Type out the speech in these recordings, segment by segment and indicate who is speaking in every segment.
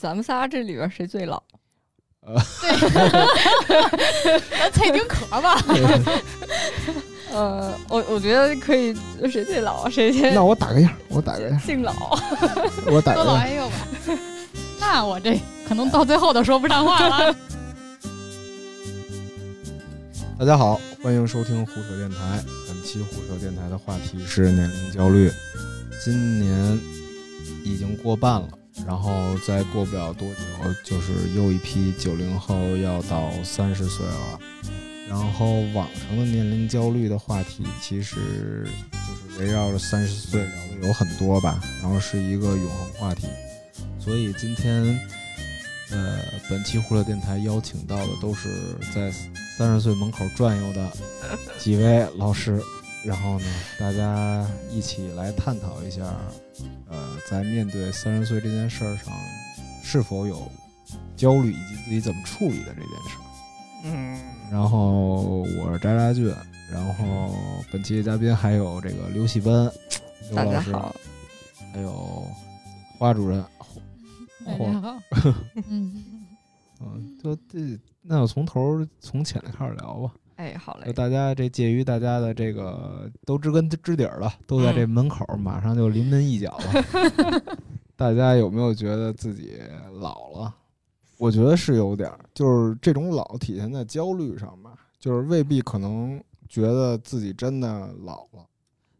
Speaker 1: 咱们仨这里边谁最老？
Speaker 2: 咱蔡丁壳吧，
Speaker 1: 呃，我我觉得可以，谁最老啊谁先
Speaker 3: 那我打个样，我打个样，
Speaker 1: 敬老。
Speaker 3: 我打
Speaker 2: 多
Speaker 3: 个
Speaker 2: 老
Speaker 3: 样。
Speaker 2: 爱幼吧。那我这可能到最后都说不上话了。
Speaker 3: 大家好，欢迎收听胡扯电台。本期胡扯电台的话题是年龄焦虑。今年已经过半了，然后再过不了多久，就是又一批九零后要到三十岁了。然后网上的年龄焦虑的话题，其实就是围绕着三十岁聊的有很多吧，然后是一个永恒话题。所以今天，呃，本期胡乐电台邀请到的都是在三十岁门口转悠的 几位老师，然后呢，大家一起来探讨一下，呃，在面对三十岁这件事儿上，是否有焦虑以及自己怎么处理的这件事儿。
Speaker 4: 嗯，
Speaker 3: 然后我是扎扎俊，然后本期的嘉宾还有这个刘喜奔，刘
Speaker 1: 大
Speaker 3: 老
Speaker 1: 家
Speaker 3: 师，
Speaker 1: 好，
Speaker 3: 还有花主任，
Speaker 2: 大
Speaker 3: 嚯
Speaker 2: 家好，哎 嗯，
Speaker 3: 嗯，就这，那就从头儿从浅的开始聊吧。
Speaker 1: 哎，好
Speaker 3: 就
Speaker 1: 嘞，
Speaker 3: 大家这介于大家的这个都知根知底儿了，都在这门口儿，马上就临门一脚了。大家有没有觉得自己老了？我觉得是有点儿，就是这种老体现在焦虑上吧，就是未必可能觉得自己真的老了，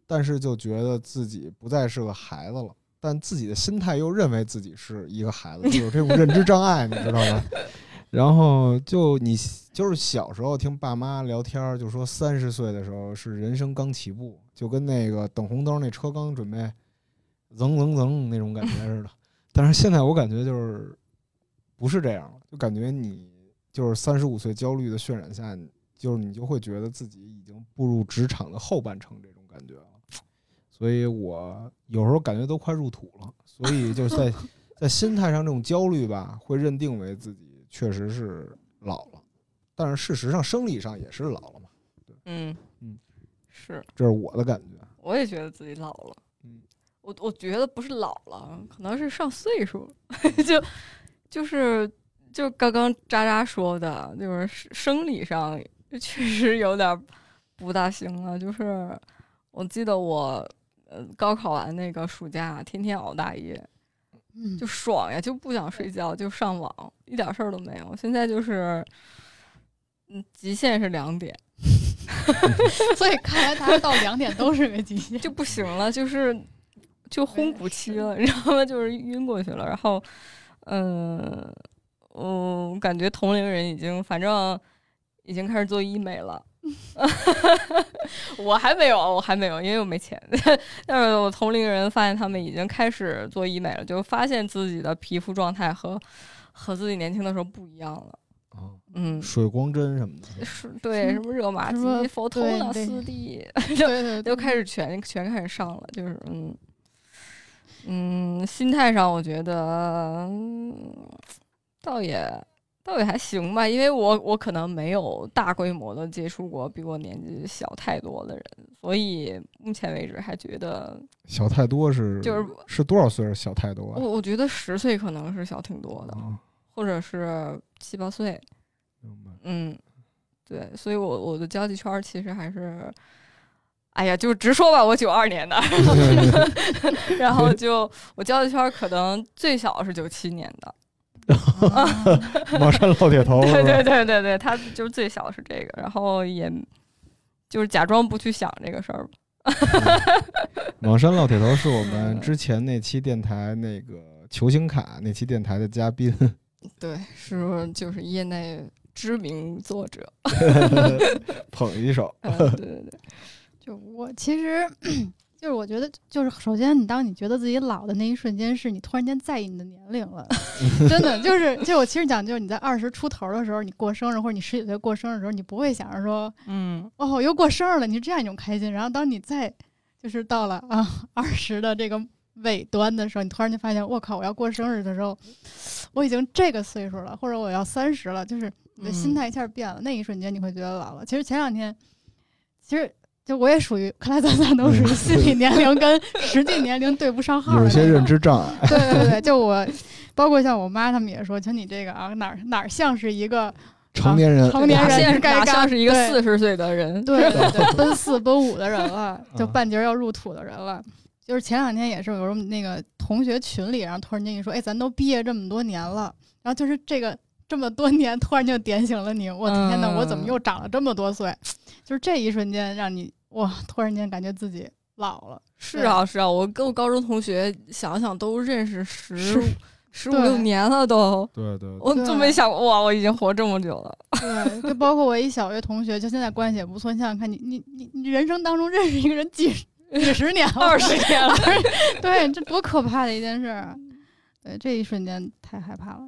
Speaker 3: 但是就觉得自己不再是个孩子了。但自己的心态又认为自己是一个孩子，就有这种认知障碍，你知道吗？然后就你就是小时候听爸妈聊天儿，就说三十岁的时候是人生刚起步，就跟那个等红灯那车刚准备噌噌噌那种感觉似的。但是现在我感觉就是不是这样了，就感觉你就是三十五岁焦虑的渲染下，你就是你就会觉得自己已经步入职场的后半程这种感觉了。所以我有时候感觉都快入土了，所以就是在 在心态上这种焦虑吧，会认定为自己确实是老了，但是事实上生理上也是老了嘛，
Speaker 1: 嗯
Speaker 3: 嗯，
Speaker 1: 是，
Speaker 3: 这是我的感觉。
Speaker 1: 我也觉得自己老了。
Speaker 3: 嗯，
Speaker 1: 我我觉得不是老了，可能是上岁数 了，就就是就刚刚渣渣说的，就是生生理上确实有点儿不大行了。就是我记得我呃高考完那个暑假，天天熬大夜，就爽呀，就不想睡觉，就上网，一点事儿都没有。现在就是，嗯，极限是两点
Speaker 2: 所以看来大家到两点都是个极限。
Speaker 1: 就不行了，就是就
Speaker 2: 我
Speaker 1: 昏
Speaker 2: 也
Speaker 1: 古期
Speaker 2: 是
Speaker 1: 了，你知道吗？就是晕过去了。然后，嗯、嗯，我感觉同龄人已经，反正已经开始做医美了。 我还没有，我还没有，因为我没钱。 但是我同龄人发现他们已经开始做医美了，就发现自己的皮肤状态和和自己年轻的时候不一样了。
Speaker 3: 啊，
Speaker 1: 嗯，
Speaker 3: 水光针什么 的，
Speaker 1: 是对
Speaker 2: 什
Speaker 1: 什么热玛
Speaker 2: 什么
Speaker 1: 吉、佛头
Speaker 2: 对
Speaker 1: 脑
Speaker 2: 对嗯
Speaker 1: 四 D
Speaker 2: 对对
Speaker 1: 都
Speaker 2: 对，
Speaker 1: 开始全全开始上了，就是嗯嗯，心态上我觉得、嗯、倒也倒也还行吧，因为我我可能没有大规模的接触过比我年纪小太多的人，所以目前为止还觉得
Speaker 3: 小太多是
Speaker 1: 就是
Speaker 3: 是多少岁是小太多
Speaker 1: 我我觉得十岁可能是小挺多
Speaker 2: 哦
Speaker 1: 的，
Speaker 3: 啊？
Speaker 1: 或者是七八岁，
Speaker 3: 明白。
Speaker 1: 嗯，对，所以我我的交际圈儿其实还是，哎呀，就是直说吧，我九二年的， 然后就我交际圈儿可能最小是九七年的，
Speaker 2: 啊
Speaker 3: 马上老铁
Speaker 2: 哦
Speaker 3: 头
Speaker 1: 对
Speaker 3: 是吧
Speaker 1: 对对对对，他就是最小是这个，然后也就是假装不去想这个事儿吧，
Speaker 3: 网山老铁头是我
Speaker 1: 嗯
Speaker 3: 们之前那期电台那个球星卡那期电台的 嘉宾，
Speaker 1: 对，是就是业内知名作者，
Speaker 3: 捧一手。
Speaker 1: 嗯，对对对，
Speaker 2: 就我其实 就是我觉得，就是首先你当你觉得自己老的那一瞬间，是你突然间在意你的年龄了，真的就是就我其实讲，就是你在二十出头的时候，你过生日或者你十几岁过生日的时候，你不会想着说
Speaker 1: 嗯
Speaker 2: 哦又过生日了，你是这样一种开心。然后当你再就是到了啊二十的这个尾端的时候，你突然就发现我靠，我要过生日的时候，我已经这个岁数了，或者我要三十了，就是你的心
Speaker 1: 嗯
Speaker 2: 态一下变了，那一瞬间你会觉得老了。其实前两天，其实就我也属于，看来咱仨都属于心理年龄跟实际年龄对不上号的
Speaker 3: 嗯有
Speaker 2: 那
Speaker 3: 一
Speaker 2: 种。
Speaker 1: 啊
Speaker 3: 些认知障碍，
Speaker 2: 对对对，就我包括像我妈他们也说，就你这个啊，哪儿哪儿像是一个
Speaker 3: 成年人，
Speaker 2: 成年
Speaker 1: 哪
Speaker 2: 人
Speaker 1: 像是
Speaker 2: 该
Speaker 1: 哪
Speaker 2: 干
Speaker 1: 像是一个
Speaker 2: 对
Speaker 1: 四十岁的人，
Speaker 2: 对对对，奔四奔五的人了，就
Speaker 3: 嗯
Speaker 2: 半截儿要入土的人了。就是前两天也是，有时候那个同学群里，然后突然间一说，哎，咱都毕业这么多年了，然后就是这个这么多年，突然就点醒了你，我的天呐，我怎
Speaker 1: 嗯
Speaker 2: 么又长了这么多岁？ 就是这一瞬间，让你哇，突然间感觉自己老了。
Speaker 1: 是啊是啊，我跟我高中同学想想都认识十十五六
Speaker 2: 对
Speaker 1: 年了都，
Speaker 3: 对对
Speaker 1: 我就没想过哇，我已经活这么久了。
Speaker 2: 对，就包括我一小学同学，就现在关系也不错。你想想看你，你你你人生当中认识一个人几十几十嗯年了，
Speaker 1: 二十年 了，
Speaker 2: 对，这多可怕的一件事儿！啊对，这一瞬间太害怕了。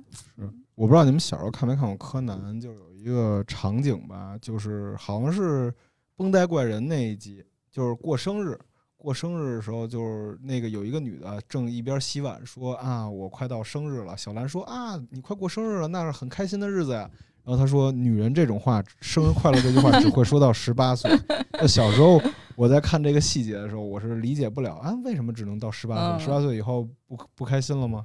Speaker 3: 我不知道你们小时候看没看过柯南，就有一个场景吧，就是好像是绷带怪人那一集，就是过生日。过生日的时候，就是那个有一个女的正一边洗碗说啊，我快到生日了。小兰说啊，你快过生日了，那是很开心的日子呀。然后她说，女人这种话，生日快乐这句话只会说到十八岁。那小时候我在看这个细节的时候，我是理解不了啊，为什么只能到十八岁？十八
Speaker 1: 嗯
Speaker 3: 岁以后不不开心了吗？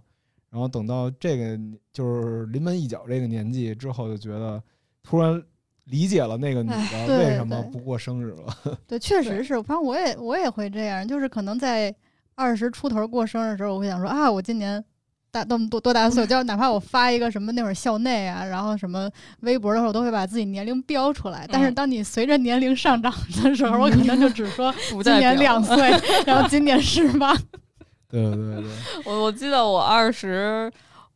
Speaker 3: 然后等到这个就是临门一脚这个年纪之后，就觉得突然理解了那个女
Speaker 1: 哎
Speaker 3: 的
Speaker 2: 对
Speaker 3: 为什么
Speaker 2: 对
Speaker 3: 不过生日了。
Speaker 2: 对，
Speaker 1: 对
Speaker 2: 确实是，反正我也我也会这样，就是可能在二十出头过生日的时候，我会想说啊，我今年大那么多多大 岁数，就哪怕我发一个什么那会儿校内啊，然后什么微博的时候，我都会把自己年龄标出来。但是
Speaker 1: 嗯
Speaker 2: 当你随着年龄上涨的时候，我可能就只说
Speaker 1: 不
Speaker 2: 今
Speaker 1: 代
Speaker 2: 年
Speaker 1: 表
Speaker 2: 两岁， 然后今年十八。
Speaker 3: 对对对，
Speaker 1: 我我记得我二十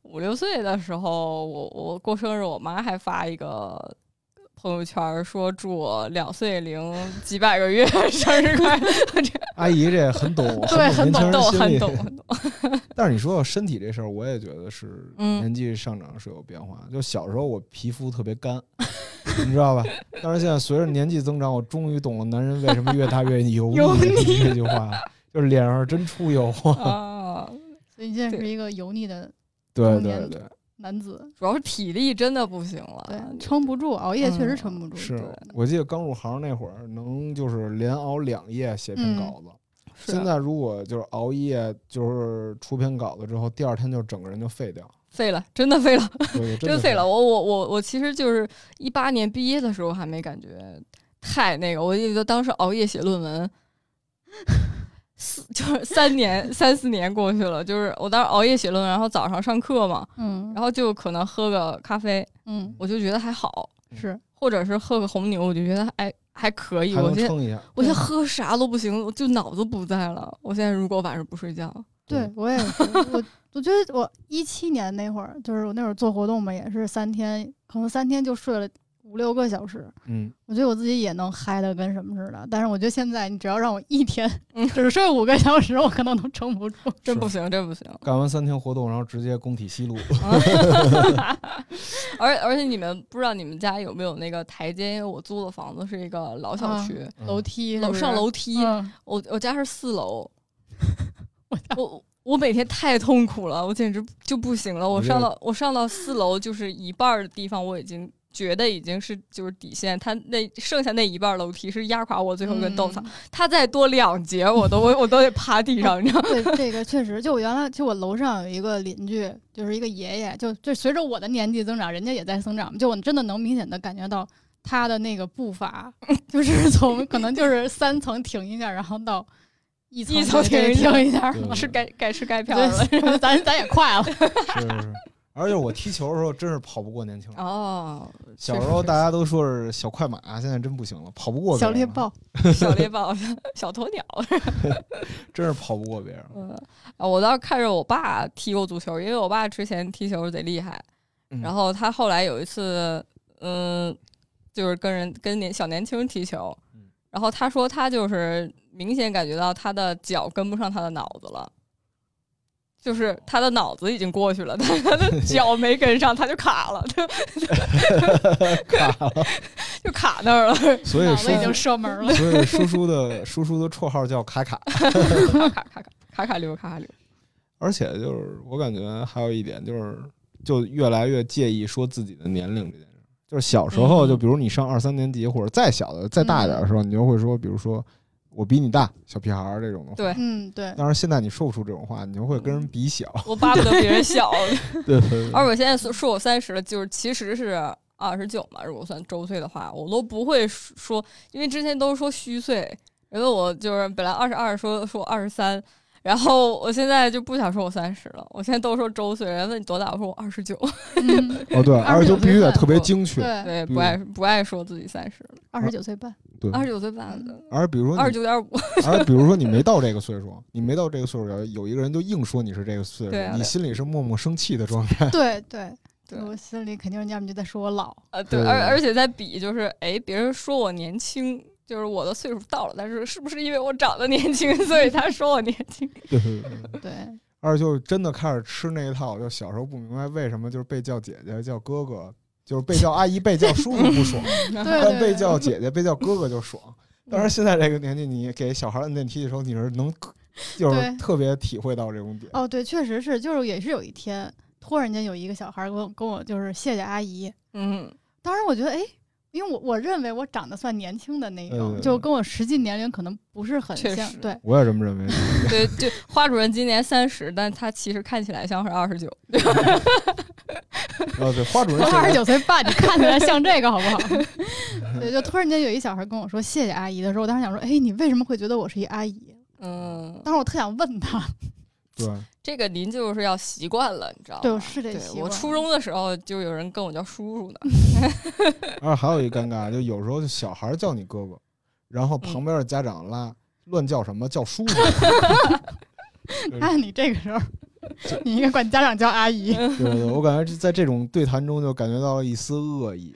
Speaker 1: 五六岁的时候，我我过生日，我妈还发一个朋友圈儿说祝我两岁零几百个月 生日快乐，
Speaker 3: 阿姨这很懂，
Speaker 2: 对
Speaker 3: 很懂
Speaker 1: 很
Speaker 3: 年轻
Speaker 1: 懂
Speaker 3: 人心
Speaker 1: 很
Speaker 3: 理。
Speaker 1: 懂很懂。
Speaker 3: 但是你说到身体这事儿，我也觉得是
Speaker 1: 嗯
Speaker 3: 年纪上涨是有变化。就小时候我皮肤特别干， 你知道吧？但是现在随着年纪增长，我终于懂了男人为什么越大越油腻
Speaker 2: 油
Speaker 3: 这句话，就是脸上真出油啊。
Speaker 1: 啊，
Speaker 2: 所以你现在
Speaker 1: 对
Speaker 2: 是一个油腻的
Speaker 3: 对
Speaker 2: 中
Speaker 3: 对
Speaker 2: 年
Speaker 3: 对，
Speaker 2: 男子，
Speaker 1: 主要是体力真的不行了，
Speaker 2: 对，撑不住，熬夜确实
Speaker 1: 啊嗯
Speaker 2: 撑不住。
Speaker 3: 是
Speaker 1: 对
Speaker 3: 我记得刚入行那会儿，能就是连熬两夜写篇
Speaker 2: 嗯
Speaker 3: 稿子。
Speaker 1: 是
Speaker 3: 现在如果就是熬夜，就是出篇稿子之后，第二天就整个人就废 掉，
Speaker 1: 废了，真的废了。
Speaker 3: 对
Speaker 1: 真
Speaker 3: 的
Speaker 1: 废了。。我我我我其实就是一八年毕业的时候还没感觉太那个，我记得当时熬夜写论文，四就是三年三四年过去了，就是我当时熬夜写论文，然后早上上课嘛，
Speaker 2: 嗯，
Speaker 1: 然后就可能喝个咖啡，
Speaker 2: 嗯
Speaker 1: 我就觉得还好，
Speaker 2: 是
Speaker 1: 或者是喝个红牛，我就觉得哎还可以。
Speaker 3: 还
Speaker 1: 我
Speaker 3: 能
Speaker 1: 现在
Speaker 3: 撑一下，
Speaker 1: 我现在喝啥都不行，我就脑子不在了。我现在如果晚上不睡觉，
Speaker 2: 对
Speaker 3: 对
Speaker 2: 我也是，我我觉得我一七年那会儿，就是我那会儿做活动嘛，也是三天，可能三天就睡了五六个小时。
Speaker 3: 嗯，
Speaker 2: 我觉得我自己也能嗨的跟什么似的，但是我觉得现在你只要让我一天
Speaker 1: 嗯
Speaker 2: 只睡五个小时，我可能都撑不住。
Speaker 1: 真
Speaker 3: 是
Speaker 1: 不行，真不行。
Speaker 3: 干完三天活动，然后直接工体 西路，
Speaker 1: 而而且你们不知道你们家有没有那个台阶？因为我租的房子是一个老小
Speaker 2: 啊
Speaker 1: 区，
Speaker 3: 嗯
Speaker 2: 楼梯
Speaker 1: 楼上楼梯，
Speaker 2: 梯嗯、
Speaker 1: 我我家是四楼，
Speaker 2: 我家
Speaker 1: 我我每天太痛苦了，我简直就不行了。我
Speaker 3: 你
Speaker 1: 上
Speaker 3: 这
Speaker 1: 到我上到四楼，就是一半儿的地方，我已经觉得已经是就是底线。他那剩下那一半儿楼梯是压垮我最后一根稻草，
Speaker 2: 嗯
Speaker 1: 他再多两节，我都我我都得趴地上， 你知道吗？
Speaker 2: 对，这个确实，就我原来就我楼上有一个邻居，就是一个爷爷，就就随着我的年纪增长，人家也在增长，就我真的能明显的感觉到他的那个 步伐，就是从可能就是三层停一下，然后到一层
Speaker 1: 一层
Speaker 2: 停
Speaker 1: 停一下
Speaker 2: 停一下。
Speaker 3: 对
Speaker 1: 吃该该吃该飘了。
Speaker 2: 对，就咱咱也快了，
Speaker 3: 是是是。而且我踢球的时候真是跑不过年轻
Speaker 2: 啊
Speaker 3: 人，
Speaker 1: 哦，
Speaker 3: 小时候大家都说是小快马，现在真不行了，跑不过别
Speaker 2: 小
Speaker 3: 人
Speaker 2: 猎
Speaker 3: 了，
Speaker 2: 豹，
Speaker 1: 小猎豹、小鸵鸟，
Speaker 3: 真是跑不过别人了。
Speaker 1: 嗯，啊我倒是看着我爸踢过足球，因为我爸之前踢球贼厉害，
Speaker 3: 嗯
Speaker 1: 然后他后来有一次，嗯，就是跟人跟年小年轻人踢球
Speaker 3: 嗯，
Speaker 1: 然后他说他就是明显感觉到他的脚跟不上他的脑子了。就是他的脑子已经过去了，但是他的脚没跟上，他就卡了，就就卡那儿了，
Speaker 3: 所以
Speaker 2: 嗯脑
Speaker 3: 叔
Speaker 2: 子已经射 门了。
Speaker 3: 所以叔叔的叔叔的绰号叫卡卡，
Speaker 1: 卡卡卡卡卡卡溜，卡卡溜。
Speaker 3: 而且就是我感觉还有一点就是，就越来越介意说自己的年龄这件事儿。就是小时候，
Speaker 1: 嗯
Speaker 3: 就比如你上二三年级或者再小的、再大一点的时候，你就会说，比如说我比你大，小屁孩儿这种的话。
Speaker 1: 对
Speaker 2: 嗯，对，
Speaker 3: 但是现在你说不出这种话，你就会跟人比 小。
Speaker 1: 我巴不得别人小。
Speaker 3: 对，
Speaker 1: 而我现在说说我三十了，就是其实是二十九嘛，如果算周岁的话，我都不会说，因为之前都是说虚岁，因为我就是本来二十二，说说二十三。然后我现在就不想说我三十了，我现在都说周岁。人家问你多大，我说我二十九。
Speaker 2: 嗯，
Speaker 3: 哦对，而且就必须得特别
Speaker 1: 我
Speaker 3: 精确。
Speaker 2: 对，
Speaker 1: 对，
Speaker 3: 对
Speaker 1: 不爱不爱说自己三十了，
Speaker 2: 二十 九岁半，
Speaker 3: 对，
Speaker 1: 二十九岁半的，
Speaker 3: 而比如说你
Speaker 1: 二十九点五。
Speaker 3: 而比如说你没到这个岁数，你没到这个岁数，有一个人就硬说你是这个岁
Speaker 1: 对啊
Speaker 3: 数，你
Speaker 1: 对
Speaker 3: 心里是默默生气的状态。
Speaker 2: 对对
Speaker 1: 对
Speaker 2: 我心里肯定人家们就在说我老，
Speaker 1: 呃，对，
Speaker 3: 对
Speaker 1: 而而且在比，就是哎，别人说我年轻，就是我的岁数到了，但是是不是因为我长得年轻，所以他说我年轻？
Speaker 3: 对对对。
Speaker 2: 对，
Speaker 3: 二就是真的开始吃那一套，就小时候不明白为什么就是被叫姐姐、叫哥哥，就是被叫阿姨、被叫叔叔不爽，
Speaker 2: 对
Speaker 3: 但
Speaker 2: 对
Speaker 3: 被
Speaker 2: 对
Speaker 3: 叫姐姐、被叫哥哥就 爽。但是现在这个年纪，你给小孩摁电梯的时候，你是能就是
Speaker 2: 对
Speaker 3: 特别体会到这种点。
Speaker 2: 哦，对，确实是，就是也是有一天，突然间有一个小孩儿跟我跟我就是谢谢阿姨，
Speaker 1: 嗯，
Speaker 2: 当时我觉得哎。因为我我认为我长得算年轻的那一种，
Speaker 3: 嗯
Speaker 2: 就跟我实际年龄可能不是很
Speaker 1: 确
Speaker 2: 像
Speaker 1: 实，
Speaker 2: 对，
Speaker 3: 我也这么认为。
Speaker 1: 对，就花主任今年三十，但他其实看起来像是二十九。
Speaker 3: 哦，对，花主任现
Speaker 2: 二十
Speaker 3: 在
Speaker 2: 九岁半，你看起来像这个好不好？对，就突然间有一小孩跟我说谢谢阿姨的时候，我当时想说，哎，你为什么会觉得我是一阿姨？
Speaker 1: 嗯，
Speaker 2: 当时我特想问他，
Speaker 3: 对，
Speaker 1: 这个您就是要习惯了，你知道吗？
Speaker 2: 对我是得
Speaker 1: 对
Speaker 2: 习惯
Speaker 1: 我初中的时候就有人跟我叫叔叔呢。
Speaker 3: 而且还有一尴尬，就有时候就小孩叫你哥哥，然
Speaker 2: 嗯
Speaker 3: 后旁边的家长拉、乱叫什么叫叔 叔，
Speaker 2: 按哎你这个时候，你应该管家长叫阿姨。
Speaker 3: 对啊对对，我感觉这在这种对谈中就感觉到了一丝恶意。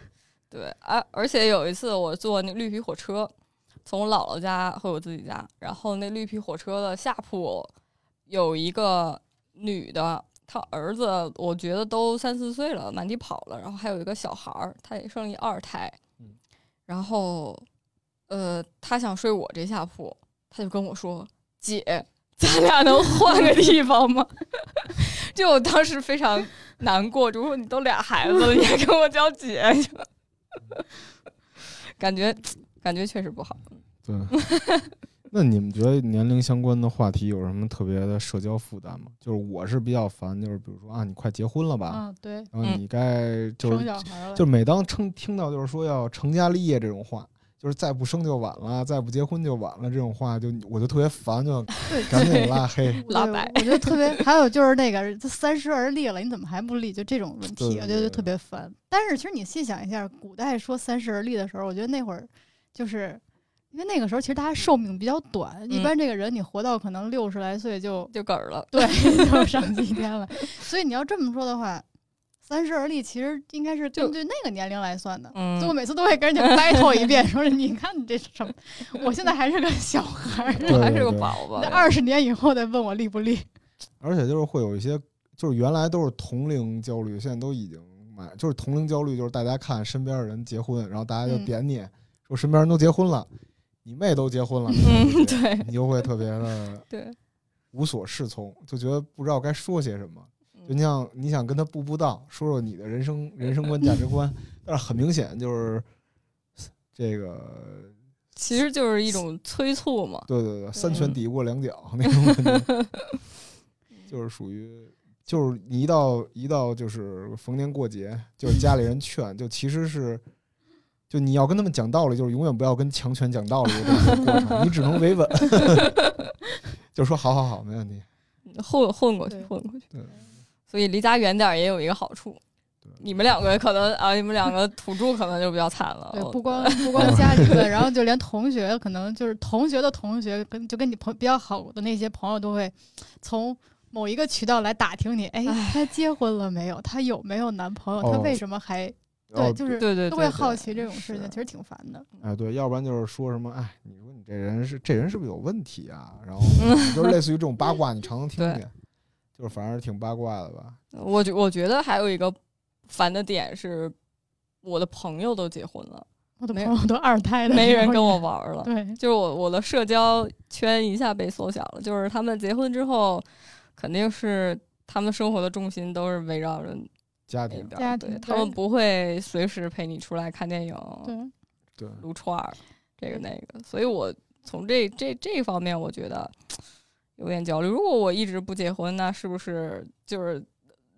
Speaker 1: 对，而而且有一次我坐那绿皮火车，从我姥姥家回我自己家，然后那绿皮火车的下铺有一个女的，她儿子我觉得都三四岁了，满地跑了，然后还有一个小孩儿，她也生一二胎
Speaker 3: 嗯，
Speaker 1: 然后呃，她想睡我这下铺，她就跟我说：“姐，咱俩能换个地方吗？” 就我当时非常难过，就说你都俩孩子了，你还跟我叫姐，就感觉感觉确实不好。
Speaker 3: 对， 那你们觉得年龄相关的话题有什么特别的社交负担吗？就是我是比较烦，就是比如说啊，你快结婚了吧，
Speaker 2: 嗯，对，
Speaker 3: 然后你该就
Speaker 2: 生
Speaker 3: 是、
Speaker 2: 小孩了，
Speaker 3: 就每当称听到就是说要成家立业这种话。就是再不生就晚了，再不结婚就晚了，这种话就我就特别烦，就
Speaker 2: 对
Speaker 3: 赶紧拉黑。
Speaker 2: 对
Speaker 1: 拉白
Speaker 2: 我觉得特 别，还有就是那个三十而立了，你怎么还不立？就这种问
Speaker 3: 对
Speaker 2: 题，
Speaker 3: 对
Speaker 2: 我觉得
Speaker 3: 对
Speaker 2: 就特别烦。但是其实你细想一下，古代说三十而立的时候，我觉得那会儿就是因为那个时候其实大家寿命比较短，
Speaker 1: 嗯
Speaker 2: 一般这个人你活到可能六十来岁 就
Speaker 1: 就嗝儿了。
Speaker 2: 对就上西天了。所以你要这么说的话，三十而立其实应该是
Speaker 1: 就
Speaker 2: 根据那个年龄来算的。
Speaker 1: 嗯
Speaker 2: 所以我每次都会 跟人家 battle 一遍，说你看你这是什么？我现在还是个小孩儿，
Speaker 3: 对
Speaker 1: 我还是个
Speaker 3: 对
Speaker 1: 宝宝
Speaker 2: 你。二十年以后再问我立不立？
Speaker 3: 而且就是会有一些，就是原来都是同龄焦虑，现在都已经买，就是同龄焦虑，就是大家看身边的人结婚，然后大家就
Speaker 2: 嗯
Speaker 3: 点你、说身边人都结婚了，你妹都结婚了，
Speaker 1: 嗯，
Speaker 3: 对，
Speaker 1: 对
Speaker 3: 你就会特别的
Speaker 1: 对，
Speaker 3: 无所适从，就觉得不知道该说些什么。就你想你想跟他步步道，说说你的人生人生观价值观，但是很明显就是这个，
Speaker 1: 其实就是一种催促嘛。
Speaker 3: 对对对，三拳抵过两脚那种感觉，就是属于。就是你一到一到就是逢年过节，就是家里人劝，就其实是，就你要跟他们讲道理，就是永远不要跟强权讲道理的这种过程，你只能维稳， 就说好好好，没问题。
Speaker 1: 混混过去，
Speaker 2: 嗯对
Speaker 1: 混过去
Speaker 3: 对。
Speaker 1: 所以离家远点儿也有一个好处。你们两个可能啊，你们两个土著可能就比较惨了。哦
Speaker 2: 对，
Speaker 1: 我
Speaker 2: 不光不光家里问，然后就连同学，可能就是同学的同学，跟就跟你朋比较好的那些朋友，都会从某一个渠道来打听你，哎
Speaker 1: 唉，
Speaker 2: 她结婚了没有？她有没有男朋友？她
Speaker 3: 哦
Speaker 2: 为什么还
Speaker 3: 然后
Speaker 2: 对？就 是
Speaker 1: 对对
Speaker 2: 都
Speaker 1: 对
Speaker 2: 会
Speaker 1: 对
Speaker 2: 好奇这种事
Speaker 1: 是
Speaker 2: 情，其实挺烦的。
Speaker 3: 哎，对，要不然就是说什么，哎，你说你这人是这人是不是有问题啊？然后就是类似于这种八卦，你常能听
Speaker 1: 对
Speaker 3: 见，就是反正挺八卦的吧？
Speaker 1: 我觉我觉得还有一个烦的点是，我的朋友都结婚 了，
Speaker 2: 我的
Speaker 1: 没
Speaker 2: 朋友都二胎了，
Speaker 1: 没人跟
Speaker 2: 我
Speaker 1: 我玩儿了。
Speaker 2: 对。
Speaker 1: 就是我我的社交圈一下被缩小了，就是他们结婚之后，肯定是他们生活的重心都是围绕着
Speaker 3: 家
Speaker 1: 那
Speaker 3: 庭
Speaker 1: 边
Speaker 2: 家
Speaker 1: 儿，对
Speaker 2: 庭
Speaker 1: 他
Speaker 2: 对
Speaker 1: 们不会随时陪你出来看电影、
Speaker 2: 对，
Speaker 3: 对，
Speaker 1: 撸串儿，这个那个，所以我从这这这方面，我觉得有点焦虑。如果我一直不结婚，那是不是就是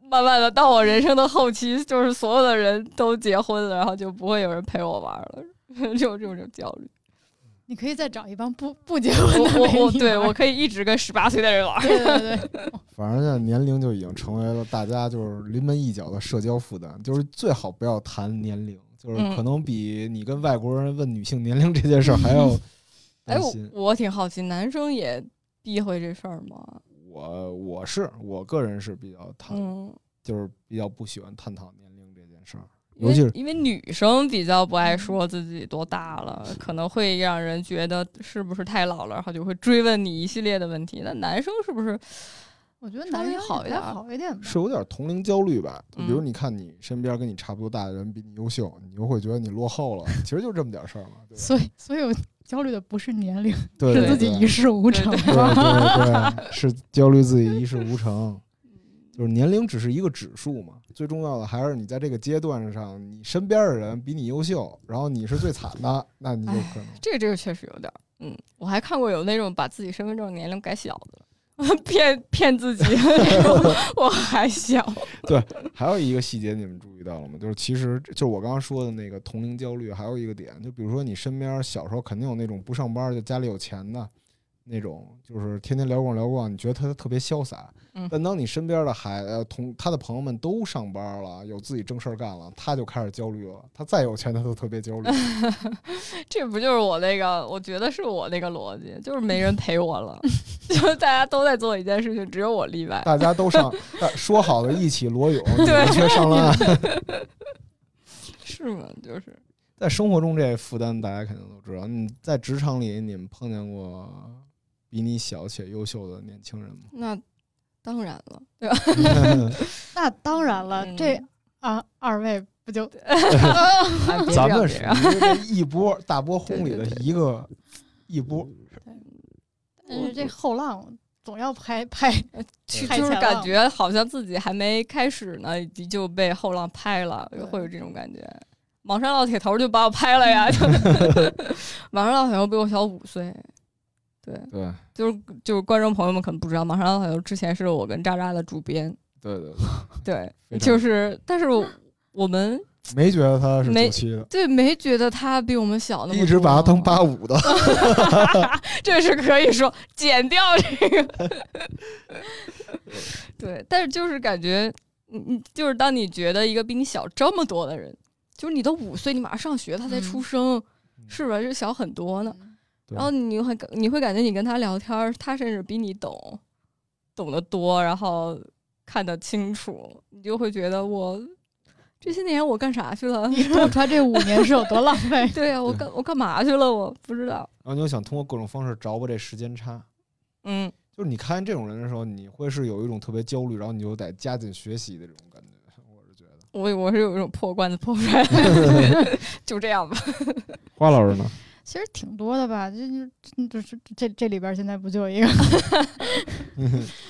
Speaker 1: 慢慢的到我人生的后期，就是所有的人都结婚了，然后就不会有人陪我玩了？ 就这种焦虑。
Speaker 2: 你可以再找一帮不不结 婚的
Speaker 1: 我我我
Speaker 2: 美女
Speaker 1: 对
Speaker 2: 玩
Speaker 1: 我可以一直跟十八岁的人玩。
Speaker 2: 对对对，
Speaker 3: 反正现在年龄就已经成为了大家就是临门一脚的社交负担，就是最好不要谈年龄，就是
Speaker 1: 嗯
Speaker 3: 可能比你跟外国人问女性年龄这件事儿还要
Speaker 2: 嗯
Speaker 1: 哎，
Speaker 3: 担
Speaker 1: 我
Speaker 3: 心。
Speaker 1: 我挺好奇，男生也避讳这事儿吗？
Speaker 3: 我我是我个人是比较探，
Speaker 1: 嗯，
Speaker 3: 就是比较不喜欢探讨年龄这件事儿，
Speaker 2: 嗯
Speaker 1: 因为
Speaker 3: 尤其是嗯
Speaker 1: 因为女生比较不爱说自己多大了，可能会让人觉得是不是太老了，然后就会追问你一系列的问题。那男生是不是
Speaker 2: 我觉得
Speaker 1: 稍
Speaker 2: 男
Speaker 1: 微
Speaker 2: 生
Speaker 1: 好一
Speaker 2: 一
Speaker 1: 点儿
Speaker 2: 好一点吧。
Speaker 3: 是有点同龄焦虑吧。就比如
Speaker 1: 嗯
Speaker 3: 你看你身边跟你差不多大的人比你优秀，你就会觉得你落后了，其实就这么点事儿嘛，对吧
Speaker 2: 所以，所以我焦虑的不是年龄，
Speaker 3: 对
Speaker 2: 是
Speaker 3: 对
Speaker 2: 自己
Speaker 3: 对
Speaker 2: 一事无成。
Speaker 3: 对对对，是焦虑自己一事无成，就是年龄只是一个指数嘛，最重要的还是你在这个阶段上，你身边的人比你优秀，然后你是最惨的，那你就可能
Speaker 1: 这个这个确实有点儿，嗯，我还看过有那种把自己身份证年龄改小的， 骗骗自 己我还小。
Speaker 3: 还有一个细节，你们注意到了吗？就是其实就是我刚刚说的那个同龄焦虑，还有一个点，就比如说你身边小时候肯定有那种不上班就家里有钱的那种，就是天天聊逛聊逛，你觉得他特别潇洒
Speaker 1: 嗯。
Speaker 3: 但当你身边的孩呃同他的朋友们都上班了，有自己正事儿干了，他就开始焦虑了。他再有钱，他都特别焦虑。
Speaker 1: 这不就是我那个？我觉得是我那个逻辑，就是没人陪我了， 就是大家都在做一件事情，只有我例外。
Speaker 3: 大家都上， 大说好的一起裸泳，你
Speaker 1: 对
Speaker 3: 们却 上了岸。
Speaker 1: 是吗？就是
Speaker 3: 在生活中这负担大家肯定都知道。你在职场里，你们碰见过比你小且优秀的年轻人 吗？
Speaker 1: 那当然了，对吧？
Speaker 2: 那当然了，
Speaker 1: 嗯
Speaker 2: 这啊二位不就
Speaker 1: 哎别这
Speaker 3: 咱
Speaker 1: 样别
Speaker 3: 们属
Speaker 1: 这样
Speaker 3: 于这一波大波轰里的
Speaker 1: 对对
Speaker 3: 一个一波，
Speaker 2: 但是嗯这后浪总要拍拍，
Speaker 1: 就
Speaker 2: 太
Speaker 1: 就是
Speaker 2: 前
Speaker 1: 感
Speaker 2: 浪
Speaker 1: 觉好像自己还没开始呢，以及就被后浪拍了，
Speaker 2: 对
Speaker 1: 会有这种感觉。网上老铁头就把我拍了 呀！就网上老铁头比我小五岁，对，
Speaker 3: 对
Speaker 1: 就是就是观众朋友们可能不知道，马上老铁头之前是我跟渣渣的主编，
Speaker 3: 对对，
Speaker 1: 对
Speaker 3: 非，常
Speaker 1: 就是但是我我们
Speaker 3: 没觉得他是
Speaker 1: 没
Speaker 3: 九七的，
Speaker 1: 对没觉得他比我们小那么多，
Speaker 3: 一直把他当八五的。
Speaker 1: 这是可以说剪掉这个。 对，但是就是感觉，你你就是当你觉得一个比你小这么多的人，就是你都五岁，你马上上学，他才
Speaker 2: 嗯
Speaker 1: 出生，是吧？就小很多呢。
Speaker 3: 对
Speaker 1: 然后你会感你会感觉你跟他聊天儿，他甚至比你懂，懂得多，然后看得清楚，你就会觉得我这些年我干啥去了？
Speaker 2: 你说他这五年是有多浪费？
Speaker 1: 对呀、我
Speaker 3: 对
Speaker 1: 干我干嘛去了？我不知道。
Speaker 3: 然后你就想通过各种方式着吧这时间差。
Speaker 1: 嗯，
Speaker 3: 就是你看见这种人的时候，你会是有一种特别焦虑，然后你就得加紧学习的这种感觉。我是觉得，
Speaker 1: 我我是有一种破罐子破 摔的，就这样吧。
Speaker 3: 花老师呢？
Speaker 2: 其实挺多的吧，就是就是这这里边儿现在不就有一个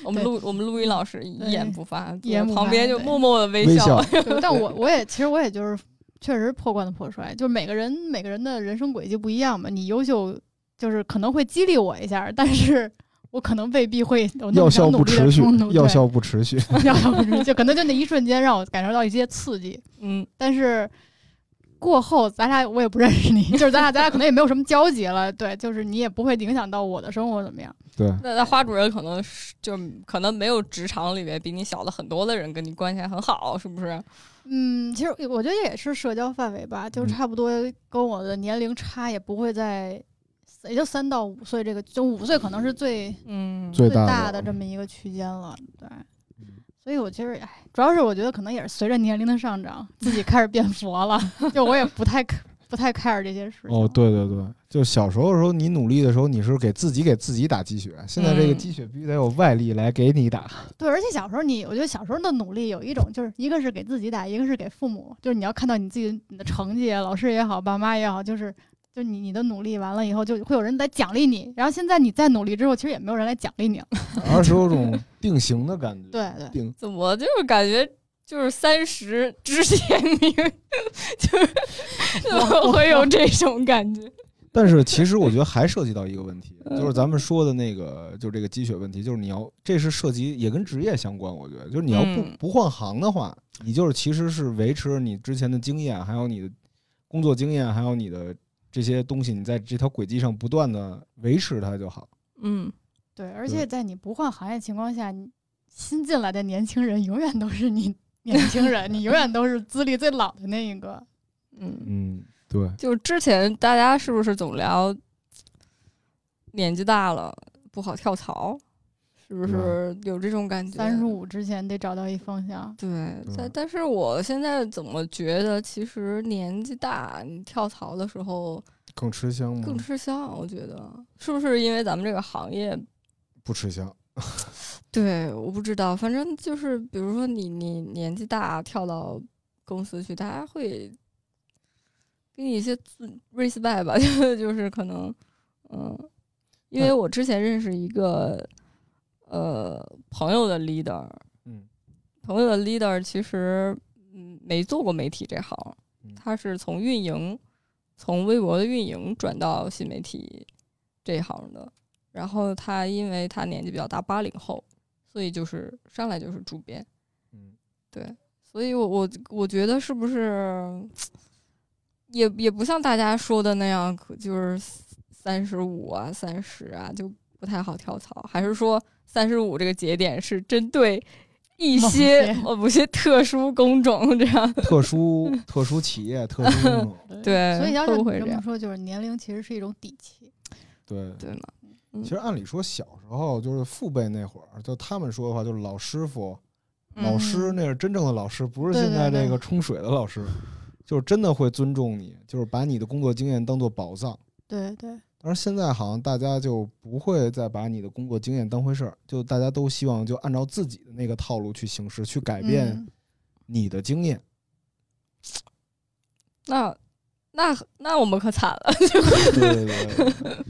Speaker 1: 我们录我们录音老师一言不发，
Speaker 2: 嗯一言不发
Speaker 1: 旁边就
Speaker 2: 对
Speaker 1: 默默的微
Speaker 3: 微笑，
Speaker 2: 对，但我我也其实我也就是确实破罐子破摔，就是每个人每个人的人生轨迹不一样嘛。你优秀就是可能会激励我一下，但是我可能未必会有那
Speaker 3: 药
Speaker 2: 么强
Speaker 3: 效不
Speaker 2: 努力
Speaker 3: 持
Speaker 2: 的
Speaker 3: 续
Speaker 2: 冲突，，
Speaker 3: 药
Speaker 2: 对
Speaker 3: 效不持续。
Speaker 2: 药效不持续，就可能就那一瞬间让我感受到一些刺激，
Speaker 1: 嗯，
Speaker 2: 但是。过后，咱俩我也不认识你， 就是咱俩，咱俩可能也没有什么交集了。对，就是你也不会影响到我的生活怎么样。
Speaker 3: 对，
Speaker 1: 那那花主任可能是就可能没有职场里面比你小的很多的人跟你关系还很好，是不是？
Speaker 2: 嗯，其实我觉得也是社交范围吧，就
Speaker 3: 嗯
Speaker 2: 是差不多跟我的年龄差也不会在，也就三到五岁这个，就五岁可能是最
Speaker 1: 嗯，
Speaker 3: 最大
Speaker 2: 大
Speaker 3: 的
Speaker 2: 的这么一个区间了，对
Speaker 3: 嗯。
Speaker 2: 所以我其实，哎，主要是我觉得可能也是随着年龄的上涨，自己开始变佛了， 就我也不太 c- 不太 care 这些事情。
Speaker 3: 哦，对对对，就小时候的时候，你努力的时候，你是给自己给自己打鸡血，现在这个
Speaker 1: 嗯
Speaker 3: 鸡血必须得有外力来给你打。
Speaker 2: 对，而且小时候你，我觉得小时候的努力有一种，就是一个是给自己打，一个是给父母，就是你要看到你自己你的成绩，老师也好，爸妈也好，就是就你你的努力完了以后，就会有人来奖励你。然后现在你再努力之后，其实也没有人来奖励你了。
Speaker 3: 而是 有种定型的感觉。
Speaker 2: 对对
Speaker 3: 定
Speaker 1: 怎么就是感觉就是三十 之前你就是怎么会有这种感觉？
Speaker 3: 但是其实我觉得还涉及到一个问题，就是
Speaker 1: 嗯
Speaker 3: 咱们说的那个，就是这个积雪问题，就是你要这是涉及也跟职业相关，我觉得就是你要不
Speaker 1: 嗯
Speaker 3: 不换行的话，你就是其实是维持你之前的经验，还有你的工作经验，还有你的这些东西，你在这条轨迹上不断的维持它就好。
Speaker 1: 嗯，
Speaker 2: 对，而且在你不换行业情况下，你新进来的年轻人永远都是 你年轻人，你永远都是资历最老的那一 个。
Speaker 1: 嗯，
Speaker 3: 嗯，对，
Speaker 1: 就是之前大家是不是总聊年纪大了不好跳槽，是不是有这种感觉？
Speaker 2: 三十五之前得找到一方向，
Speaker 1: 对，
Speaker 3: 对
Speaker 1: 但但是我现在怎么觉得，其实年纪大，你跳槽的时候
Speaker 3: 更吃香吗？
Speaker 1: 更吃香。我觉得是不是因为咱们这个行业？
Speaker 3: 不吃香。
Speaker 1: 对，我不知道，反正就是，比如说你你年纪大跳到公司去，大家会给你一些尊 respect 吧， 就是就是可能，嗯，因为
Speaker 3: 那
Speaker 1: 我之前认识一个呃朋友的 leader，
Speaker 3: 嗯
Speaker 1: 朋友的 leader 其实嗯没做过媒体这行
Speaker 3: 嗯，
Speaker 1: 他是从运营，从微博的运营转到新媒体这一行的。然后他因为他年纪比较大，八零后，所以就是上来就是主编。
Speaker 3: 嗯，
Speaker 1: 对，所以我我我觉得是不是也也不像大家说的那样，可就是三十五啊、三十啊就不太好跳槽，还是说三十五这个节点是针对一
Speaker 2: 某
Speaker 1: 些
Speaker 2: 些
Speaker 1: 某些特殊工种这样？
Speaker 3: 特殊特殊企业，特殊工 种，
Speaker 1: 对
Speaker 2: 所以要
Speaker 1: 会不会这
Speaker 2: 是你这么
Speaker 1: 样
Speaker 2: 说，就是年龄其实是一种底气。
Speaker 3: 对。
Speaker 1: 对吗？
Speaker 3: 其实按理说，小时候就是父辈那会儿，就他们说的话，就是老师傅，老师
Speaker 2: 嗯
Speaker 3: 那是真正的老师，不是
Speaker 2: 对
Speaker 3: 现在
Speaker 2: 对对
Speaker 3: 这个冲水的老师，就是真的会尊重你，就是把你的工作经验当做宝藏。
Speaker 2: 对对，
Speaker 3: 但是现在好像大家就不会再把你的工作经验当回事儿，就大家都希望就按照自己的那个套路去行事，去改变
Speaker 2: 嗯
Speaker 3: 你的经验。
Speaker 1: 那那那我们可惨了。
Speaker 3: 对对对对。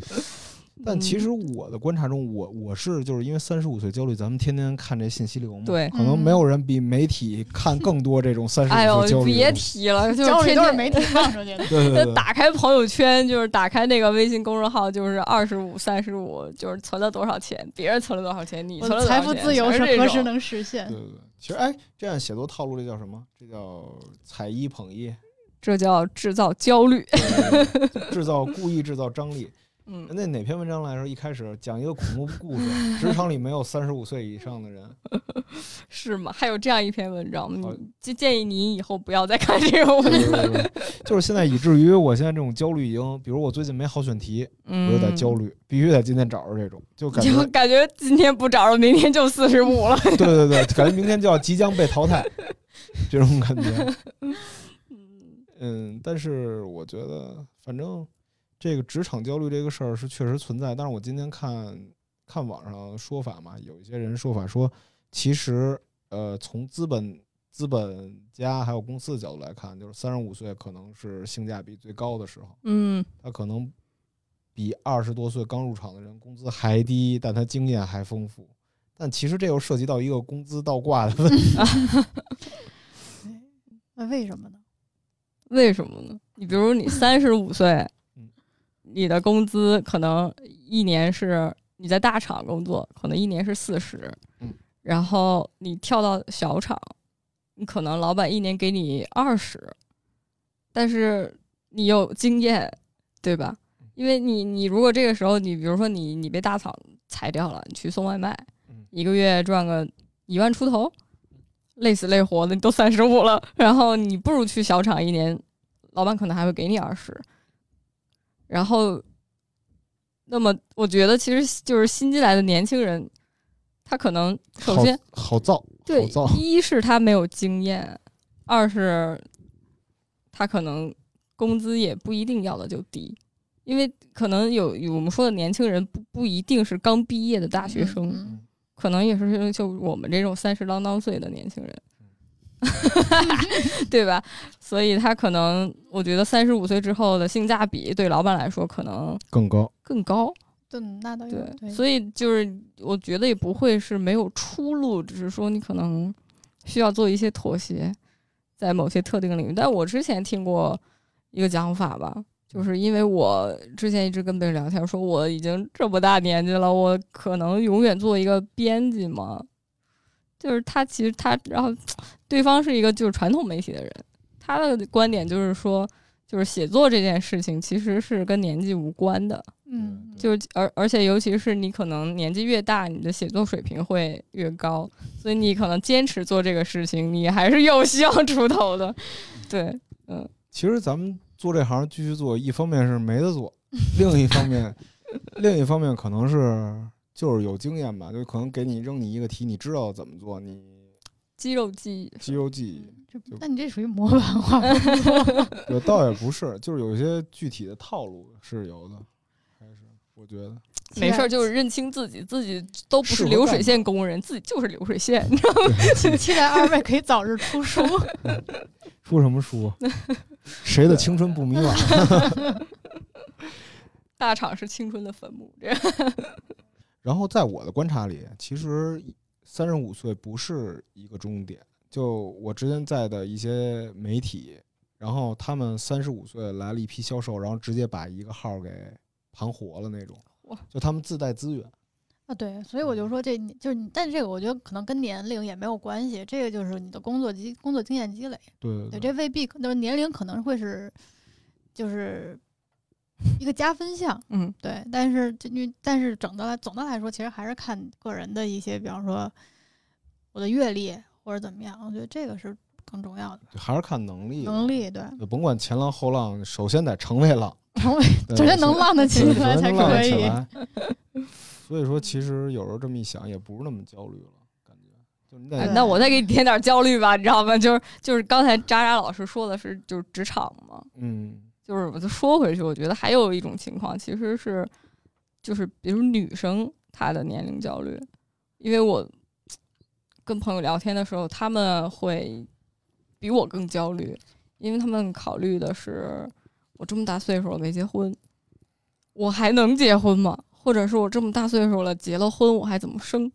Speaker 3: 但其实
Speaker 1: 嗯
Speaker 3: 我的观察中，我我是就是因为三十五岁焦虑，咱们天天看这信息流嘛，，
Speaker 1: 对，嗯
Speaker 3: 可能没有人比媒体看更多这种三十
Speaker 1: 哎呦
Speaker 3: 五岁焦，虑的
Speaker 1: 别
Speaker 3: 东西。。
Speaker 1: 提了，就
Speaker 2: 焦
Speaker 1: 是天
Speaker 2: 虑都是
Speaker 1: 天
Speaker 2: 媒体放出去 的
Speaker 3: 对对对，
Speaker 1: 打开朋友圈，就是打开那个微信公众号，就是二十五、三十五，就是存了多少钱，别人存了多少钱，你
Speaker 2: 我
Speaker 1: 存了
Speaker 2: 的
Speaker 1: 多少
Speaker 2: 财
Speaker 1: 钱，
Speaker 2: 富自由
Speaker 1: 全
Speaker 2: 是
Speaker 1: 是这
Speaker 2: 何时
Speaker 1: 种
Speaker 2: 能实现
Speaker 3: 对？对对，其实哎，这样写作套路这叫什么？这叫踩一捧一，
Speaker 1: 这叫制造焦 虑。
Speaker 3: 制造故意制造张力。
Speaker 1: 嗯，
Speaker 3: 那哪篇文章来说？一开始讲一个恐怖故事，职场里没有三十五岁以上的人。
Speaker 1: 是吗？还有这样一篇文章，
Speaker 3: 好
Speaker 1: 你就建议你以后不要再看这种文
Speaker 3: 对
Speaker 1: 章。
Speaker 3: 对对对就是现在，以至于我现在这种焦虑已经，比如我最近没好选题，我
Speaker 1: 嗯，
Speaker 3: 就在焦虑，必须得今天找着这种，就感觉
Speaker 1: 就感觉今天不找了，明天就四十五了。
Speaker 3: 对对对，感觉明天就要即将被淘汰， 这种感觉。
Speaker 1: 嗯
Speaker 3: 嗯，但是我觉得，反正这个职场焦虑这个事儿是确实存在。但是我今天看看网上说法嘛，有一些人说法说，其实呃，从资本资本家还有公司的角度来看，就是三十五岁可能是性价比最高的时候，
Speaker 1: 嗯
Speaker 3: 他可能比二十多岁刚入场的人工资还低，但他经验还丰富。但其实这又涉及到一个工资倒挂的问题，
Speaker 2: 那为什么呢？
Speaker 1: 为什么呢？你比 如你三十五岁
Speaker 3: 嗯，
Speaker 1: 你的工资可能一年是你在大厂工作，可能一年是四十
Speaker 3: 嗯，
Speaker 1: 然后你跳到小厂，你可能老板一年给你二十，但是你有经验，对吧？因为你你如果这个时候你比如说你你被大厂裁掉了，你去送外卖
Speaker 3: 嗯，
Speaker 1: 一个月赚个一万出头，累死累活的，你都三十五了，然后你不如去小厂一年，老板可能还会给你二十。然后，那么我觉得其实就是新进来的年轻人，他可能嗯首
Speaker 3: 好
Speaker 1: 先
Speaker 3: 好造，
Speaker 1: 对
Speaker 3: 好造，
Speaker 1: 一是他没有经验，二是他可能工资也不一定要的就低，因为可能有有我们说的年轻人不不一定是刚毕业的大学生，
Speaker 2: 嗯
Speaker 1: 可能也是就我们这种三十郎当岁的年轻人， 对吧？所以他可能，我觉得三十五岁之后的性价比对老板来说可能
Speaker 3: 更高。
Speaker 1: 更高，
Speaker 2: 对，那倒有
Speaker 1: 对，
Speaker 2: 对，
Speaker 1: 所以就是我觉得也不会是没有出路，只是说你可能需要做一些妥协，在某些特定领域。但我之前听过一个讲法吧，就是因为我之前一直跟别人聊天说我已经这么大年纪了，我可能永远做一个编辑嘛。就是他其实他，然后对方是一个就是传统媒体的人，他的观点就是说，就是写作这件事情其实是跟年纪无关的，
Speaker 2: 嗯，
Speaker 1: 就是而而且尤其是你可能年纪越大，你的写作水平会越高，所以你可能坚持做这个事情，你还是有希望出头的。对，
Speaker 3: 其实咱们做这行继续做，一方面是没 得做，另一方面，另一方面可能是就是有经验吧，就可能给你扔你一个题，你知道怎么做，你
Speaker 1: 肌肉记忆，
Speaker 3: 肌肉记 忆。
Speaker 2: 这
Speaker 3: 就
Speaker 2: 那你这属于模板 化，
Speaker 3: 对，倒也不是，就是有一些具体的套路是有的，还是我觉得
Speaker 1: 没事儿，就是认清自己，自己都不
Speaker 3: 是
Speaker 1: 是
Speaker 3: 我
Speaker 1: 流
Speaker 3: 干
Speaker 1: 水
Speaker 3: 的
Speaker 1: 线工人，自己就是流水线。
Speaker 2: 期期待二位可以早日出书。
Speaker 3: 出什么 书，谁的青春不迷 惘？
Speaker 1: 大厂是青春的坟墓，这样。
Speaker 3: 然后在我的观察里，其实三十五岁不是一个终点。就我之前在的一些媒体，然后他们三十五岁来了一批销售，然后直接把一个号给盘活了那种
Speaker 1: 哇，
Speaker 3: 就他们自带资源。
Speaker 2: 啊，对，所以我就说这你就是你，但这个我觉得可能跟年龄也没有关系，这个就是你的工作积工作经验积累，
Speaker 3: 对对
Speaker 2: 对，这未必，那么年龄可能会是就是一个加分项，
Speaker 1: 嗯，
Speaker 2: 对，但是这因为但是整的来总的来说，其实还是看个人的一些，比方说我的阅历或者怎么样，我觉得这个是更重要的
Speaker 3: 还是看能力。
Speaker 2: 能力，对，
Speaker 3: 就甭管前浪后浪，首先得成为浪，
Speaker 2: 成为
Speaker 3: 对
Speaker 2: 首先能浪得起
Speaker 3: 对
Speaker 2: 来
Speaker 3: 首先
Speaker 2: 才
Speaker 3: 能浪
Speaker 2: 可
Speaker 3: 得起
Speaker 2: 以，
Speaker 3: 来所以说，其实有时候这么一想，也不是那么焦虑了，感觉就你
Speaker 1: 哎
Speaker 3: 得
Speaker 2: 对
Speaker 1: 那我再给你添点焦虑吧，你知道吗？就是就是刚才渣渣老师说的是就是职场嘛，
Speaker 3: 嗯
Speaker 1: 就是我就说回去，我觉得还有一种情况其实是，就是比如女生她的年龄焦虑，因为我跟朋友聊天的时候，他们会比我更焦虑，因为他们考虑的是我这么大岁数了没结婚，我还能结婚吗？或者是我这么大岁数了结了婚，我还怎么生？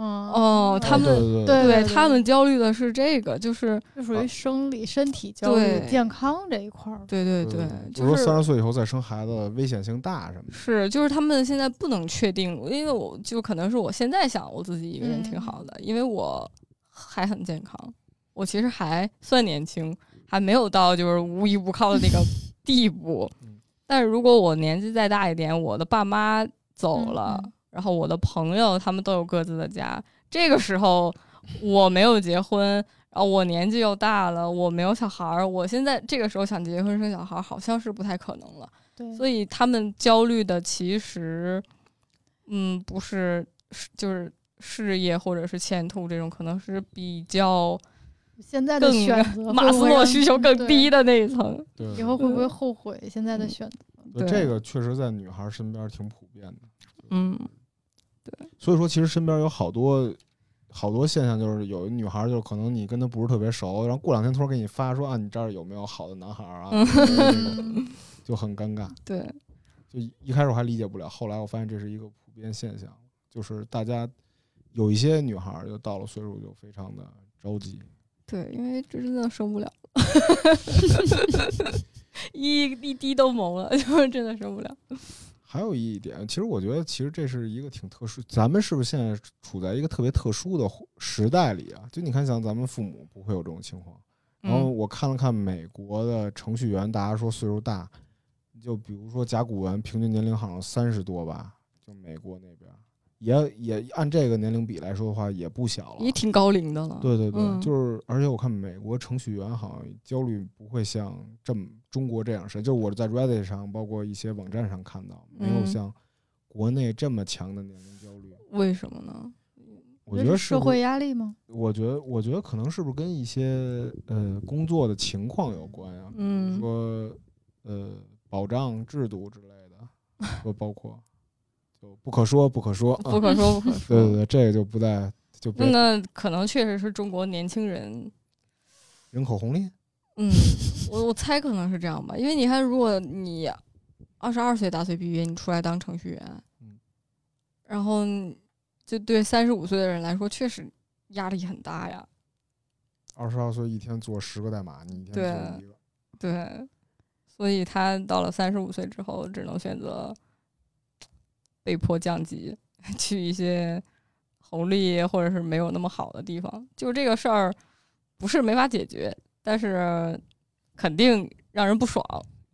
Speaker 2: 嗯，
Speaker 1: 哦他
Speaker 3: 哦
Speaker 1: 们
Speaker 3: 对对
Speaker 2: 对对
Speaker 1: 他们焦虑的是这个，就是
Speaker 2: 这属
Speaker 3: 啊
Speaker 2: 于生理身体焦虑
Speaker 1: 对
Speaker 2: 健康这一块儿，
Speaker 1: 对对
Speaker 3: 对
Speaker 1: 对，就是是
Speaker 3: 就嗯说三十岁以后再生孩子危险性大什么的。
Speaker 1: 是，就是他们现在不能确定，因为我就可能是我现在想我自己一个人
Speaker 2: 嗯
Speaker 1: 挺好的，因为我还很健康，我其实还算年轻，还没有到就是无依无靠的 那个地步
Speaker 3: 嗯。
Speaker 1: 但是如果我年纪再大一点，我的爸妈走
Speaker 2: 嗯
Speaker 1: 了，
Speaker 2: 嗯
Speaker 1: 然后我的朋友他们都有各自的家，这个时候我没有结婚，然后我年纪又大了，我没有小孩儿，我现在这个时候想结婚生小孩儿，好像是不太可能了。
Speaker 2: 对，
Speaker 1: 所以他们焦虑的其实，嗯，不是是就是事业或者是前途这种，可能是比较
Speaker 2: 现在的
Speaker 1: 更
Speaker 2: 选 择
Speaker 1: 马斯洛需求更低
Speaker 2: 的，
Speaker 1: 的那一层。
Speaker 3: 对
Speaker 2: 以后会不会后悔现在的
Speaker 1: 嗯
Speaker 2: 选择？
Speaker 3: 对
Speaker 1: 对
Speaker 3: 这个确实在女孩身边挺普遍的，
Speaker 1: 嗯，
Speaker 3: 所以说其实身边有好多好多现象，就是有一女孩，就是可能你跟她不是特别熟，然后过两天突然给你发说啊，你这儿有没有好的男孩儿啊，
Speaker 2: 嗯，
Speaker 3: 就很尴尬。
Speaker 1: 对，
Speaker 3: 就一开始我还理解不了，后来我发现这是一个普遍现象，就是大家有一些女孩儿就到了岁数就非常的着急，
Speaker 1: 对，因为这真的受不了了， 一一滴都萌了， 就是真的受不了。
Speaker 3: 还有一点，其实我觉得，其实这是一个挺特殊，咱们是不是现在处在一个特别特殊的时代里啊？就你看，像咱们父母不会有这种情况。然后
Speaker 1: 嗯，
Speaker 3: 我看了看美国的程序员，大家说岁数大，就比如说甲骨文，平均年龄好像三十多吧，就美国那边也也按这个年龄比来说的话，也不小了
Speaker 1: 也。挺高龄的了。
Speaker 3: 对对对，
Speaker 1: 嗯
Speaker 3: 就是而且我看美国程序员好像焦虑不会像这么中国这样深，就是我在 Reddit 上，包括一些网站上看到，没有
Speaker 1: 嗯
Speaker 3: 像国内这么强的年龄焦虑。
Speaker 1: 为什么呢？
Speaker 3: 我觉得是
Speaker 2: 社
Speaker 3: 不
Speaker 2: 会
Speaker 3: 是，
Speaker 2: 压力吗？
Speaker 3: 我觉得我觉得可能是不是跟一些呃工作的情况有关呀、比如
Speaker 1: 嗯，
Speaker 3: 说呃保障制度之类的，不包括就不可说不可说啊
Speaker 1: 不可说 不可
Speaker 3: 对对
Speaker 1: 说。
Speaker 3: 对，这个就不再就别
Speaker 1: 那可能确实是中国年轻人
Speaker 3: 人口红利。
Speaker 1: 嗯，我我猜可能是这样吧，因为你看，如果你二十二岁大学毕业，你出来当程序员，
Speaker 3: 嗯
Speaker 1: 然后就对三十五岁的人来说，确实压力很大呀。
Speaker 3: 二十二岁一天做十个代码，你一天
Speaker 1: 对
Speaker 3: 做一个。
Speaker 1: 对，所以他到了三十五岁之后，只能选择被迫降级， 去一些红利或者是没有那么好的地方。就这个事儿，不是没法解决，但是肯定让人不爽。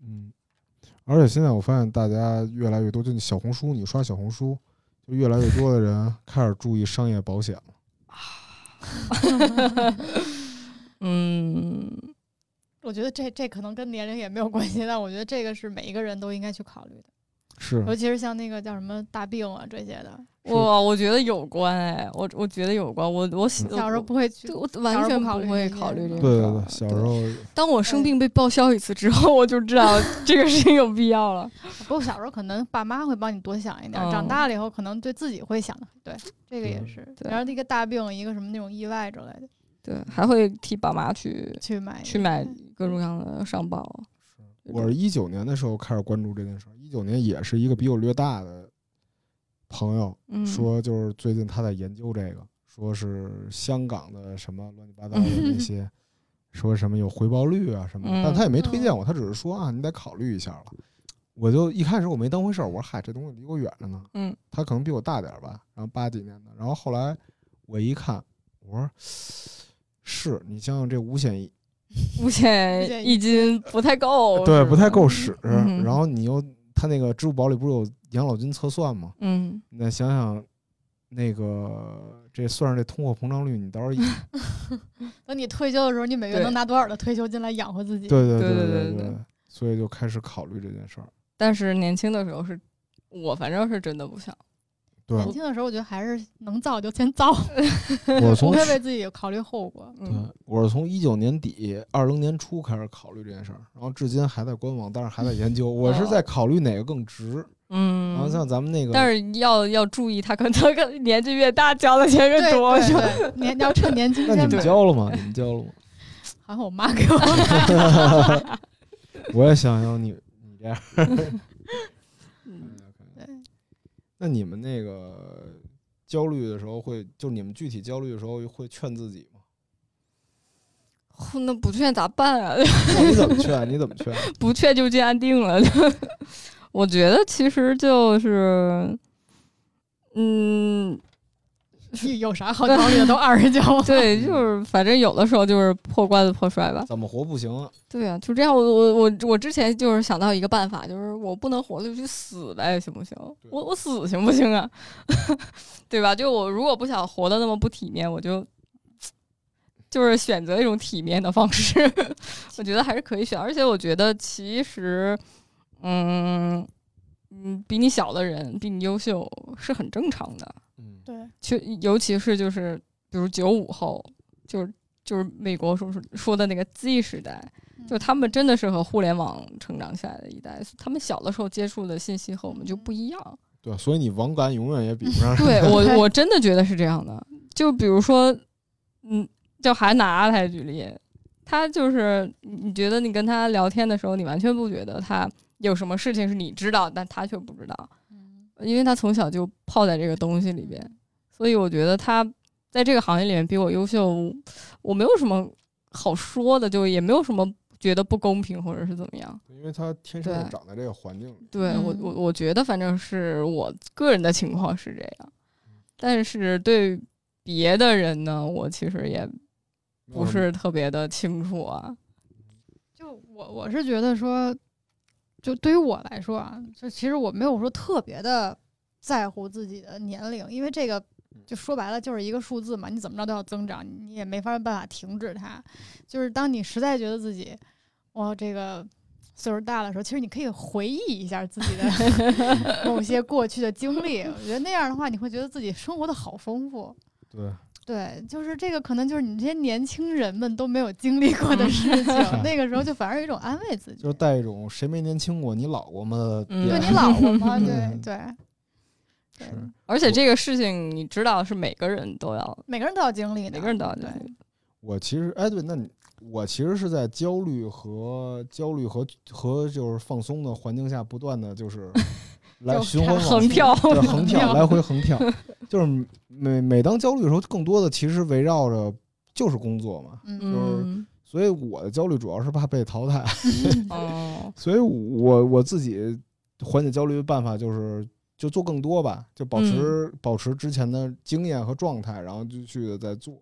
Speaker 3: 嗯，而且现在我发现大家越来越多，就你小红书，你刷小红书，就越来越多的人开始注意商业保险了。
Speaker 1: 嗯，
Speaker 2: 我觉得这这可能跟年龄也没有关系，但我觉得这个是每一个人都应该去考虑的，
Speaker 1: 嗯
Speaker 3: 是
Speaker 2: 尤其是像那个叫什么大病啊这些的，
Speaker 3: 是
Speaker 1: 我我觉得有关哎，我我觉得有关。我我小
Speaker 2: 小时候不会去
Speaker 1: 对，我完全不会考虑这
Speaker 3: 对
Speaker 1: 个。
Speaker 3: 对对，小时。候
Speaker 1: 当我生病被报销一次之后，我就知道这个事情有必要了。
Speaker 2: 不过小时候可能爸妈会帮你多想一点，
Speaker 1: 嗯
Speaker 2: 长大了以后可能对自己会想的，对这个也
Speaker 3: 对
Speaker 2: 是。
Speaker 1: 对
Speaker 2: 然后一个大病，一个什么那种意外之类的，
Speaker 1: 对，还会替爸妈去
Speaker 2: 去买
Speaker 1: 去买各种各样的商报。
Speaker 3: 我是一九年的时候开始关注这件事儿，一九年也是一个比我略大的朋友
Speaker 1: 嗯，
Speaker 3: 说，就是最近他在研究这个，说是香港的什么乱七八糟的那些，说什么有回报率啊什么的，
Speaker 1: 嗯
Speaker 3: 但他也没推荐我，他只是说啊，你得考虑一下了。我就一开始我没当回事儿，我说嗨，这东西离我远着呢。
Speaker 1: 嗯，
Speaker 3: 他可能比我大点儿吧，然后八几年的，然后后来我一看，我说是你想想这五险一
Speaker 1: 五
Speaker 2: 五
Speaker 1: 险
Speaker 2: 险
Speaker 1: 一
Speaker 2: 一
Speaker 1: 金不太够，
Speaker 3: 对，
Speaker 1: 是
Speaker 3: 不太
Speaker 1: 吧
Speaker 3: 够。使。
Speaker 1: 嗯
Speaker 3: 然后你又，他那个支付宝里不是有养老金测算吗？
Speaker 1: 嗯，
Speaker 3: 那想想，那个这算上这通货膨胀率，你到时 候一
Speaker 2: 等你退休的时候，你每月
Speaker 1: 对
Speaker 2: 能拿多少的退休金来养活自己？
Speaker 3: 对对
Speaker 1: 对对
Speaker 3: 对
Speaker 1: 对对
Speaker 3: 所以就开始考虑这件事儿。
Speaker 1: 但是年轻的时候是，我反正是真的不想。
Speaker 3: 对，
Speaker 2: 年轻的时候，我觉得还是能造就 先造，
Speaker 3: 我
Speaker 2: 不
Speaker 3: 从
Speaker 2: 会
Speaker 3: 去
Speaker 2: 为自己考虑后果。
Speaker 1: 嗯，
Speaker 3: 对我是从一九年底、二零年初开始考虑这件事儿，然后至今还在观望，但是还在研究。我是在考虑哪个更值。然后像
Speaker 1: 嗯，
Speaker 3: 咱们那个，
Speaker 1: 但是要要注意，他可能更年纪越大，交的钱
Speaker 2: 对
Speaker 1: 越多。是吧
Speaker 2: 对对，年要趁年轻
Speaker 3: 那你
Speaker 2: 先
Speaker 3: 们
Speaker 2: 买。
Speaker 3: 交了吗？你们交了吗？
Speaker 2: 好像我妈给我
Speaker 3: 我也想要你你这样。
Speaker 1: 嗯
Speaker 2: 对
Speaker 3: 那你们那个焦虑的时候会，就你们具体焦虑的时候会劝自 己吗？
Speaker 1: 呼那不劝咋办 啊？
Speaker 3: 你怎么劝？你怎么劝？
Speaker 1: 不确就这样定了。我觉得其实就是，嗯，
Speaker 2: 你 有啥好焦虑的？都二十九，
Speaker 1: 对，就是反正有的时候就是破罐子破摔吧。
Speaker 3: 怎么活不行啊？
Speaker 1: 对啊，就这样。我我我我之前就是想到一个办法，就是我不能活了就去死呗，行不行？
Speaker 3: 对
Speaker 1: 我我死行不行啊？ 对吧？就我如果不想活得那么不体面，我就就是选择一种体面的方式， 我觉得还是可以选。而且我觉得其实，嗯嗯，比你小的人比你优秀是很正常的。
Speaker 3: 嗯，
Speaker 2: 对，
Speaker 1: 就尤其是就是比如九五后，就是就是美国说说的那个 Z 时代，
Speaker 2: 嗯
Speaker 1: 就他们真的是和互联网成长起来的一代，他们小的时候接触的信息和我们就不一样。
Speaker 3: 对，所以你网感永远也比不上。
Speaker 1: 对
Speaker 2: 对
Speaker 1: 我，我真的觉得是这样的。就比如说，嗯，就还拿阿泰举例，他就是你你觉得你跟他聊天的时候，你完全不觉得他有什么事情是你知道，但他却不知道，
Speaker 2: 嗯
Speaker 1: 因为他从小就泡在这个东西里边。所以我觉得他在这个行业里面比我优秀，我没有什么好说的，就也没有什么觉得不公平或者是怎么样。
Speaker 3: 因为他天生
Speaker 1: 对
Speaker 3: 就长在这个环境里。
Speaker 1: 对我
Speaker 2: 嗯
Speaker 1: 我我觉得反正是我个人的情况是这样，但是对别的人呢，我其实也
Speaker 3: 没有
Speaker 1: 不
Speaker 3: 什么
Speaker 1: 是特别的清楚啊。
Speaker 2: 就我我是觉得说，就对于我来说啊，就其实我没有说特别的在乎自己的年龄，因为这个就说白了就是一个数字嘛，你怎么着都要增长，你也没法办法停止它。就是当你实在觉得自己哇这个岁数大的时候，其实你可以回忆一下自己的某些过去的经历，我觉得那样的话，你会觉得自己生活的好丰富。
Speaker 3: 对，
Speaker 2: 对，就是这个，可能就是你这些年轻人们都没有经历过
Speaker 1: 嗯
Speaker 2: 的事情，那个时候就反而有一种安慰自己，
Speaker 3: 就是带一种谁没年轻过，你老过吗的
Speaker 1: 嗯
Speaker 2: 对
Speaker 3: 点
Speaker 2: 你老过 吗？
Speaker 3: 嗯
Speaker 2: 对对对，
Speaker 3: 是
Speaker 1: 而且这个事情你知道是每个人都要，
Speaker 2: 每个人都要经历的，
Speaker 1: 每个人都要
Speaker 2: 对
Speaker 1: 经历
Speaker 3: 我其实哎，对，那你我其实是在焦虑和焦虑和和就是放松的环境下，不断的就是 来
Speaker 2: 就
Speaker 3: 循环往
Speaker 2: 看
Speaker 3: 复
Speaker 2: 到
Speaker 1: 横跳。
Speaker 3: 对，啊横跳，
Speaker 2: 跳
Speaker 3: 来回横跳，就是每每当焦虑的时候，更多的其实围绕着就是工作嘛。
Speaker 2: 嗯
Speaker 3: 是
Speaker 1: 嗯，
Speaker 3: 所以我的焦虑主要是怕被淘汰，
Speaker 2: 嗯
Speaker 1: 哦，
Speaker 3: 所以我我自己缓解焦虑的办法就是就做更多吧，就
Speaker 1: 嗯
Speaker 3: 保持、保持之前的经验和状态，然后继续的在做。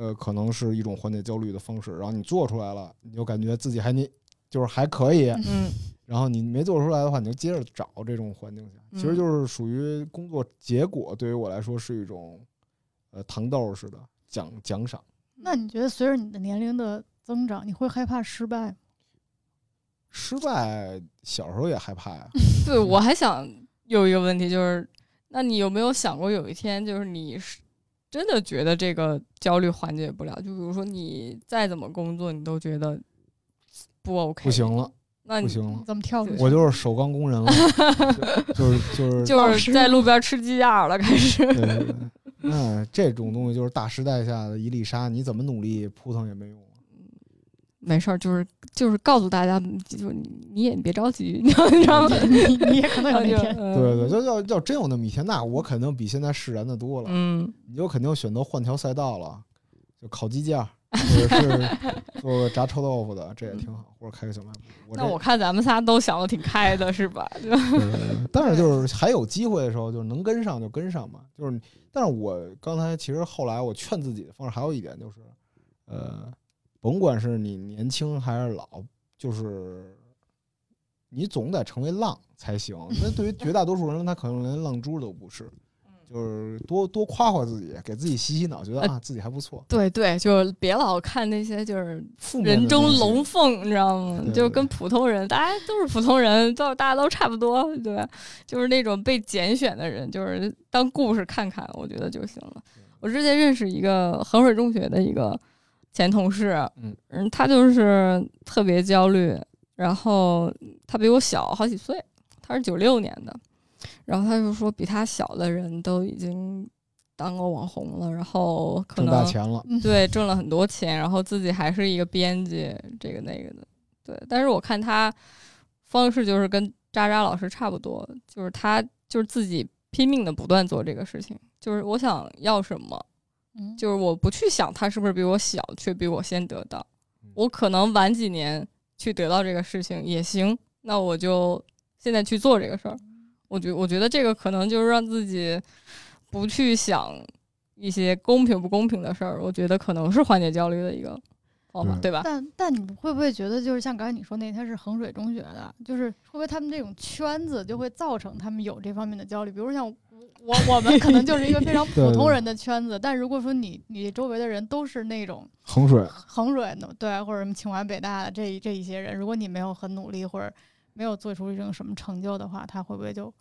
Speaker 3: 呃，可能是一种缓解焦虑的方式。然后你做出来了，你就感觉自己还你就是还可以。
Speaker 1: 嗯
Speaker 3: 然后你没做出来的话，你就接着找这种环境下，其实
Speaker 1: 嗯
Speaker 3: 就是属于工作结果。对于我来说是一种呃糖豆似的奖奖赏。
Speaker 2: 那你觉得随着你的年龄的增长，你会害怕失败吗？
Speaker 3: 失败小时候也 害怕呀，
Speaker 1: 对，我还想有一个问题，就是，那你有没有想过有一天，就是你是真的觉得这个焦虑缓解不了？就比如说你再怎么工作，你都觉得不 OK，
Speaker 3: 不行，了，
Speaker 1: 那
Speaker 3: 不
Speaker 1: 你
Speaker 3: 行了
Speaker 2: 你，怎么跳 出去？
Speaker 3: 我就是首钢工人了，就就是就是
Speaker 1: 就
Speaker 2: 老
Speaker 1: 是
Speaker 2: 师
Speaker 1: 在路边吃鸡架了，开始。
Speaker 3: 对对对，那这种东西就是大时代下的一粒沙，你怎么努力扑腾也没用啊。
Speaker 1: 没事儿，就是就是告诉大家，就是你你也别着急，你知道吗？
Speaker 2: 你你也 可能有
Speaker 1: 然后
Speaker 2: 那
Speaker 1: 就
Speaker 2: 天。
Speaker 1: 嗯
Speaker 3: 对对，就要要真有那么一天，那我肯定比现在释然的多了。
Speaker 1: 嗯，
Speaker 3: 你就肯定选择换条赛道了，就烤鸡架，或者是做个炸臭豆腐的，这也挺好，或者开个小卖部。我这
Speaker 1: 那我看咱们仨都想的挺开的，是吧？就
Speaker 3: 对嗯但是就是还有机会的时候，就是能跟上就跟上嘛。就是你，但是我刚才其实后来我劝自己的方式还有一点就是，呃，甭管是你年轻还是老，就是你总得成为浪才 行。那对于绝大多数人，他可能连浪珠都不是。就是多多夸夸自己，给自己洗洗脑，觉得
Speaker 1: 嗯呃
Speaker 3: 啊自己还不 错。
Speaker 1: 对对，就别老看那些就是
Speaker 3: 负面
Speaker 1: 人
Speaker 3: 的东
Speaker 1: 中
Speaker 3: 西
Speaker 1: 龙凤，你知道吗
Speaker 3: 对？对
Speaker 1: 就跟普通人，大家都是普通人，都大家都差不多，对吧，就是那种被拣选的人，就是当故事看看，我觉得就行了。我之前认识一个衡水中学的一个前同事，
Speaker 3: 嗯
Speaker 1: 嗯，他就是特别焦虑，然后他比我小好几岁，他是九六年的，然后他就说比他小的人都已经当过网红了，然后可
Speaker 3: 挣
Speaker 1: 能
Speaker 3: 大钱了，
Speaker 1: 对，挣了很多钱，然后自己还是一个编辑，这个那个的，对。但是我看他方式就是跟渣渣老师差不多，就是他就是自己拼命的不断做这个事情，就是我想要什么，
Speaker 2: 嗯
Speaker 1: 就是我不去想他是不是比我小，却比我先得到
Speaker 3: 嗯，
Speaker 1: 我可能晚几年去得到这个事情也行，那我就现在去做这个事儿。我觉我觉得这个可能就是让自己不去想一些公平不公平的事儿，我觉得可能是缓解焦虑的一个方法，
Speaker 3: 嗯
Speaker 1: 对吧？
Speaker 2: 但但你们会不会觉得，就是像刚才你说那，他是衡水中学的，就是会不会他们这种圈子就会造成他们有这方面的焦虑？比如像我我们可能就是一个非 常
Speaker 3: 对
Speaker 2: 普
Speaker 3: 对
Speaker 2: 通
Speaker 3: 对
Speaker 2: 人的圈子，但如果说你你周围的人都是那种
Speaker 3: 衡水
Speaker 2: 衡水的，对，啊或者什么清华北大的这一这一些人，如果你没有很努力或者没有做出一种什么成就的话，他会不会就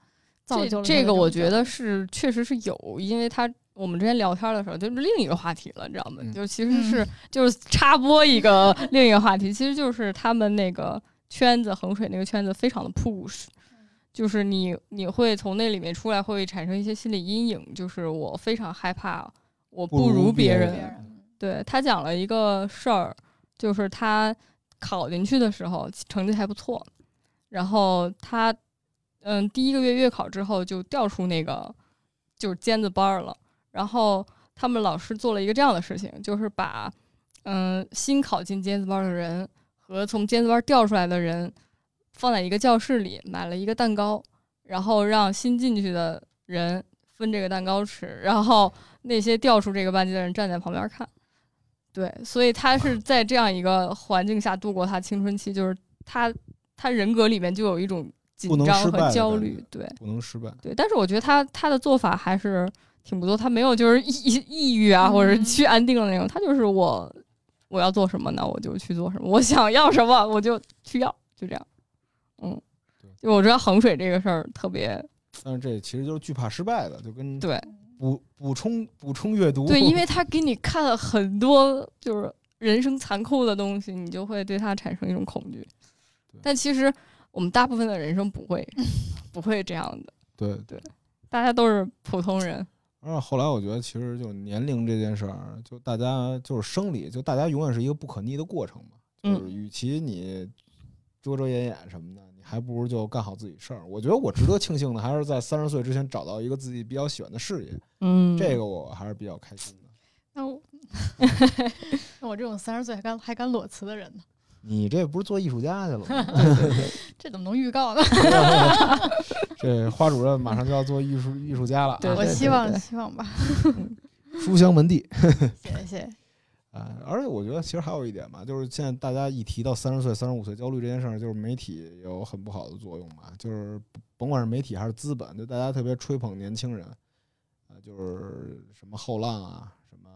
Speaker 2: 造
Speaker 1: 这
Speaker 2: 就了
Speaker 1: 这
Speaker 2: 他的
Speaker 1: 个
Speaker 2: 种
Speaker 1: 我
Speaker 2: 焦
Speaker 1: 觉
Speaker 2: 虑
Speaker 1: 得是确实是有，因为他我们之前聊天的时候就是另一个话题了，你知道吗？
Speaker 3: 嗯
Speaker 1: 就其实是、就是插播一 个另一个话题，其实就是他们那个圈子衡水那个圈子非常的 push。就是
Speaker 2: 嗯
Speaker 1: 你，你会从那里面出来，会产生一些心理阴影。就是我非常害怕，我
Speaker 3: 不如
Speaker 1: 如
Speaker 3: 别
Speaker 1: 人
Speaker 2: 别
Speaker 3: 人
Speaker 2: 人
Speaker 1: 对他讲了一个事儿，就是他考进去的时候成绩还不错，然后他嗯第一个月月考之后就调出那个就是尖子班儿了，然后他们老师做了一个这样的事情，就是把嗯新考进尖子班儿的人和从尖子班儿调出来的人放在一个教室里，买了一个蛋糕，然后让新进去的人分这个蛋糕吃，然后那些调出这个班级的人站在旁边看。对，所以他是在这样一个环境下度过他青春期，就是他他人格里面就有一种紧
Speaker 3: 不能失
Speaker 1: 张
Speaker 3: 败的
Speaker 1: 和焦
Speaker 3: 感
Speaker 1: 虑
Speaker 3: 觉，
Speaker 1: 对
Speaker 3: 不能失败。
Speaker 1: 对。但是我觉得他他的做法还是挺不错，他没有就是 抑抑郁啊，
Speaker 2: 嗯
Speaker 1: 或者是去安定的那种，他就是我我要做什么呢，我就去做什么，我想要什么我就去要，就这样。嗯
Speaker 3: 对，
Speaker 1: 就我知道衡水这个事儿特别
Speaker 3: 但是这其实就是惧怕失败的，就跟
Speaker 1: 对
Speaker 3: 补补充补充阅读
Speaker 1: 对，因为他给你看了很多就是人生残酷的东西，你就会对他产生一种恐惧
Speaker 3: 对。
Speaker 1: 但其实我们大部分的人生不会不会这样的，
Speaker 3: 对。
Speaker 1: 大家都是普通人。
Speaker 3: 而且后来我觉得，其实就年龄这件事儿，就大家就是生理，就大家永远是一个不可逆的过程嘛。就
Speaker 1: 嗯
Speaker 3: 是与其你遮遮掩掩什么的，你还不如就干好自己事儿。我觉得我值得庆幸的，还是在三十岁之前找到一个自己比较喜欢的事业，
Speaker 1: 嗯
Speaker 3: 这个我还是比较开心的。
Speaker 2: 那我像我这种三十岁还敢还敢裸辞的人呢，
Speaker 3: 你这不是做艺术家去了吗？
Speaker 2: 这怎么能预告呢？
Speaker 3: 这花主任马上就要做艺术艺术家了啊，
Speaker 1: 对
Speaker 2: 我
Speaker 1: 对对
Speaker 2: 希望
Speaker 1: 对
Speaker 2: 希望吧，
Speaker 3: 书香门第
Speaker 2: 谢谢。
Speaker 3: 啊！而且我觉得其实还有一点吧，就是现在大家一提到三十岁、三十五岁焦虑这件事儿，就是媒体有很不好的作用嘛，就是甭管是媒体还是资本，就大家特别吹捧年轻人，啊，就是什么后浪啊，什么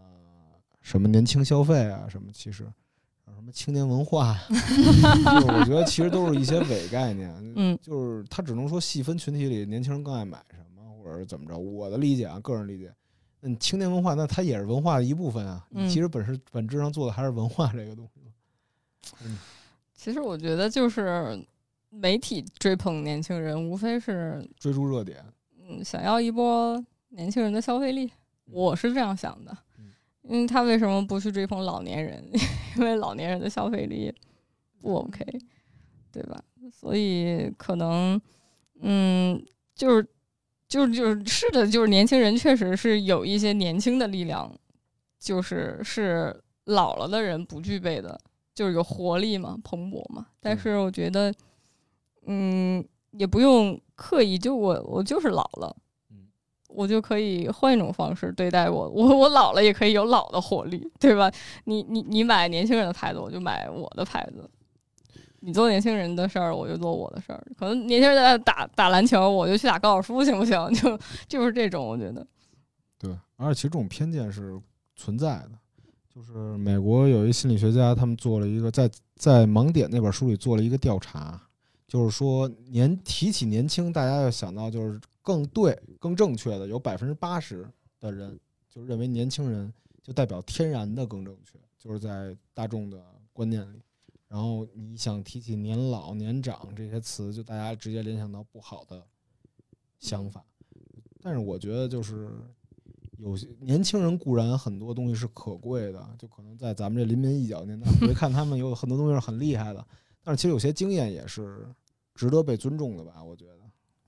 Speaker 3: 什么年轻消费啊，什么其实。啊什么青年文化啊， 就是我觉得其实都是一些伪概念，
Speaker 1: 嗯
Speaker 3: 就是他只能说细分群体里年轻人更爱买什么，或者是怎么着。我的理解啊，个人理解，嗯，青年文化那它也是文化的一部分啊。
Speaker 1: 嗯
Speaker 3: 你其实本是本质上做的还是文化这个东西嘛。
Speaker 1: 其实我觉得就是媒体追捧年轻人，无非是
Speaker 3: 追逐热点，
Speaker 1: 嗯想要一波年轻人的消费力，我是这样想的
Speaker 3: 嗯。
Speaker 1: 因为他为什么不去追捧老年人？ 因为老年人的消费力不 OK，对 吧？所以可能，嗯，就是就是就是是的，就是年轻人确实是有一些年轻的力量，就是是老了的人不具备的，就是有活力嘛，蓬勃嘛。但是我觉得，嗯，也不用刻意，就我我就是老了
Speaker 3: 嗯。
Speaker 1: 我就可以换一种方式对待我，我我老了也可以有老的活力，对吧？你你你买年轻人的牌子，我就买我的牌子。你做年轻人的事儿，我就做我的事儿。可能年轻人在打打篮球，我就去打高尔夫，行不行？就就是这种，我觉得，
Speaker 3: 对，而且其实这种偏见是存在的。就是美国有一心理学家，他们做了一个在在《盲点》那本书里做了一个调查，就是说年提起年轻，大家要想到就是更对、更正确的，有百分之八十的人就认为年轻人就代表天然的更正确，就是在大众的观念里。然后你想提起年老、年长这些词，就大家直接联想到不好的想法。但是我觉得就是有些年轻人固然很多东西是可贵的，就可能在咱们这临门一脚年代，回看他们有很多东西是很厉害的，但是其实有些经验也是值得被尊重的吧？ 我觉得，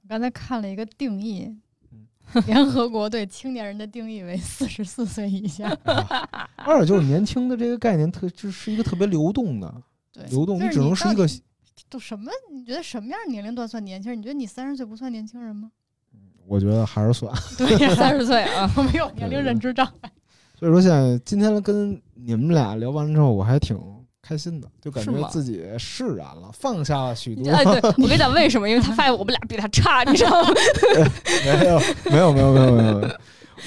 Speaker 2: 我刚才看了一个定义
Speaker 3: 嗯，
Speaker 2: 联合国对青年人的定义为四十四岁以下。
Speaker 3: 二就是年轻的这个概念特就是一个特别流动的，
Speaker 2: 对，
Speaker 3: 流动
Speaker 2: 就是
Speaker 3: 只能是
Speaker 2: 到
Speaker 3: 一个
Speaker 2: 底都什么？你觉得什么样的年龄段算年轻人？你觉得你三十岁不算年轻人吗？
Speaker 3: 我觉得还是算。
Speaker 2: 对呀、
Speaker 1: 三十岁 啊，
Speaker 2: 我没有年龄认知障碍。
Speaker 3: 所以说现在今天跟你们俩聊完之后，我还挺开心的，就感
Speaker 1: 是
Speaker 3: 觉
Speaker 1: 吗
Speaker 3: 自己释然了，放下了许多。
Speaker 2: 啊
Speaker 1: 哎，对我跟你讲为什么？因为他发现我们俩比他差，你知道吗？
Speaker 3: 没有，没有，没有，没有，没有。没有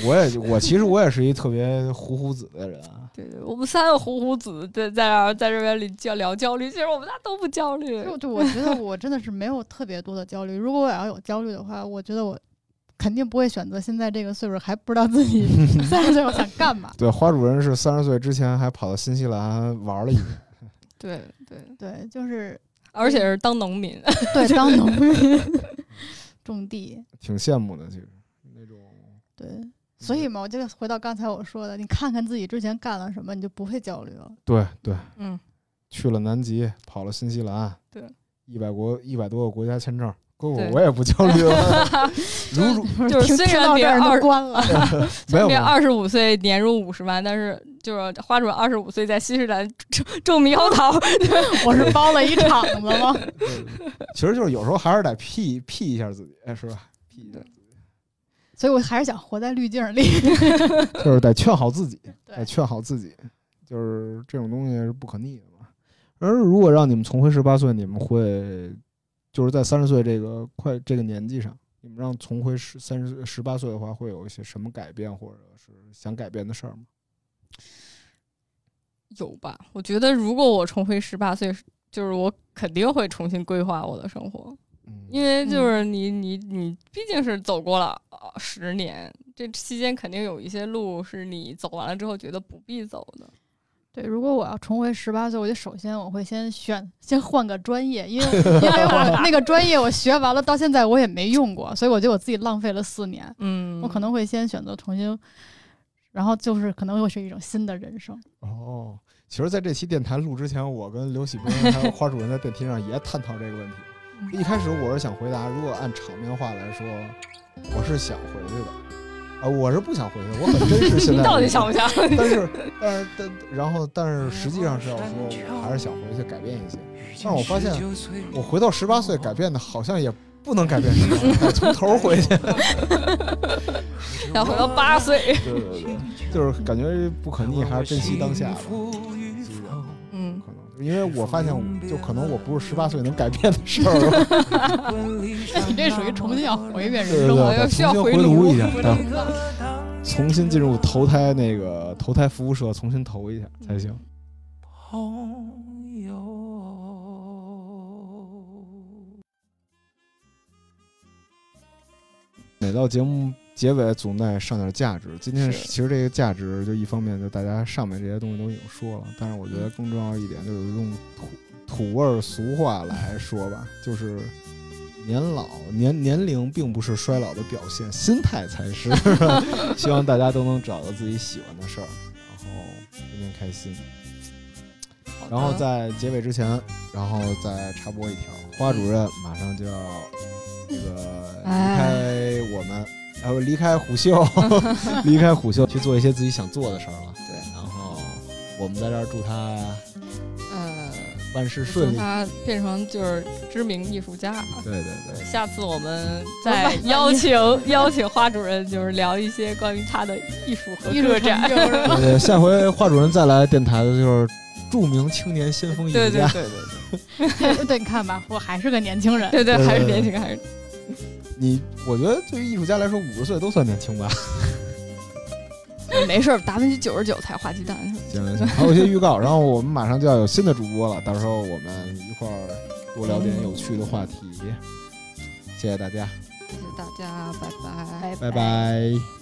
Speaker 3: 我也我其实我也是一特别糊糊子的人啊，
Speaker 1: 对对，我们三个糊糊子在在这儿在这边里就聊焦虑，其实我们俩都不焦虑。
Speaker 2: 就就我觉得我真的是没有特别多的焦虑。如果我要有焦虑的话，我觉得我肯定不会选择现在这个岁数还不知道自己三十岁我想干嘛。
Speaker 3: 对，花主任是三十岁之前还跑到新西兰玩了一年，
Speaker 1: 对对，
Speaker 2: 对，就是
Speaker 1: 而且是当农民，
Speaker 2: 对当农民 种地。
Speaker 3: 挺羡慕的。其实那种，
Speaker 2: 对，所以嘛，我就回到刚才我说的，你看看自己之前干了什么，你就不会焦虑了。
Speaker 3: 对对，
Speaker 1: 嗯，
Speaker 3: 去了南极，跑了新西兰，
Speaker 1: 对，
Speaker 3: 一百国一百多个国家签证，哥我
Speaker 1: 对
Speaker 3: 我也不焦虑 了。如如
Speaker 1: 就是
Speaker 2: 听
Speaker 1: 虽
Speaker 2: 听
Speaker 1: 然
Speaker 2: 到
Speaker 1: 别
Speaker 2: 这儿
Speaker 1: 人
Speaker 2: 就
Speaker 1: 二
Speaker 2: 关了，
Speaker 3: 没有没
Speaker 1: 别
Speaker 3: 有，
Speaker 1: 二十五岁年入五十万，但是就是花主任二十五岁在新西兰种种猕猴桃，
Speaker 2: 我是包了一场子吗？
Speaker 3: 对其实就是有时候还是得 P P 一下自己，哎是吧？P 一下
Speaker 1: 对，
Speaker 2: 所以我还是想活在滤镜 里。
Speaker 3: 就是得劝好自己。哎，
Speaker 2: 对，
Speaker 3: 劝好自己，就是这种东西是不可逆的嘛。而如果让你们重回十八岁，你们会就是在三十岁这个快这个年纪上，你们让重回十三十十八岁的话，会有一些什么改变，或者是想改变的事儿吗？
Speaker 1: 有吧？我觉得如果我重回十八岁，就是我肯定会重新规划我的生活，
Speaker 3: 嗯
Speaker 1: 因为就是你你你毕竟是走过了呃十年，这期间肯定有一些路是你走完了之后觉得不必走的。
Speaker 2: 对，如果我要重回十八岁，我就首先我会先选，先换个专 业，因为因为我那个专业我学完了，到现在我也没用过，所以我觉得我自己浪费了四年。
Speaker 1: 嗯
Speaker 2: 我可能会先选择重新，然后就是可能会是一种新的人生。
Speaker 3: 哦，其实，在这期电台录之前，我跟刘喜斌还有花主任在电梯上也探讨这个问题。一开始我是想回答，如果按场面话来说，我是想回去的。啊，我是不想回去，我很珍 视现在的。
Speaker 1: 到底想不想？
Speaker 3: 但是，但是，但然后，但是实际上是要说，我还是想回去改变一些。但是我发现，我回到十八岁改变的，好像也不能改变什么， 得从头回 去。
Speaker 1: 想回到八 岁。
Speaker 3: 对对对，就是感觉不可逆，还是珍惜当下吧。
Speaker 1: 嗯，
Speaker 3: 可能因为我发现，就可能我不是十八岁能改变的事儿了。
Speaker 2: 那 你这属于重新要活一遍
Speaker 3: 对对
Speaker 2: 人生了。
Speaker 1: 要
Speaker 3: 对，
Speaker 1: 需要
Speaker 3: 重
Speaker 1: 回
Speaker 3: 新回炉
Speaker 1: 炉
Speaker 3: 一下
Speaker 1: 回，
Speaker 3: 对
Speaker 1: 炉
Speaker 2: 嗯
Speaker 3: 重新进入投胎那个投胎服务社，重新投一下才行。
Speaker 4: 朋友。
Speaker 3: 每到节目结尾总得上点价值。今天
Speaker 1: 是
Speaker 3: 其实这个价值，就一方面就大家上面这些东西都已经说了，但是我觉得更重要一点就是用土土味儿俗话来说吧，就是年老年年龄并不是衰老的表现，心态才是。 希望大家都能找到自己喜欢的事儿，然后天天开心。
Speaker 1: 嗯
Speaker 3: 然后在结尾之前，然后再插播一条，花主任马上就要这个
Speaker 1: 哎
Speaker 3: 离开我们，还有离开 虎嗅，离开虎嗅去做一些自己想做的事儿了。对，然后我们在这儿祝他
Speaker 1: 呃，
Speaker 3: 万事顺
Speaker 1: 祝
Speaker 3: 利。
Speaker 1: 他变成就是知名艺术家。啊
Speaker 3: 对对对，
Speaker 1: 下次我们再邀请邀请花主任，就是聊一些关于他的艺术和
Speaker 2: 艺术
Speaker 1: 个展
Speaker 2: 成。就是吧
Speaker 3: 对对，下回花主任再来电台的就是著名青年先锋艺术家。
Speaker 1: 对对
Speaker 3: 对对。
Speaker 2: 对对，你看吧，我还是个年轻人。
Speaker 1: 对对，
Speaker 3: 对
Speaker 1: 还是年轻，还是
Speaker 3: 你我觉得对于艺术家来说，五十岁都算年轻吧。
Speaker 1: 没事儿。达芬奇九十九才画鸡蛋，
Speaker 3: 行行，行，还有一些预告，然后我们马上就要有新的主播了，到时候我们一块儿多聊点有趣的话题。谢谢大家，
Speaker 1: 谢谢大家，拜拜。
Speaker 3: 拜拜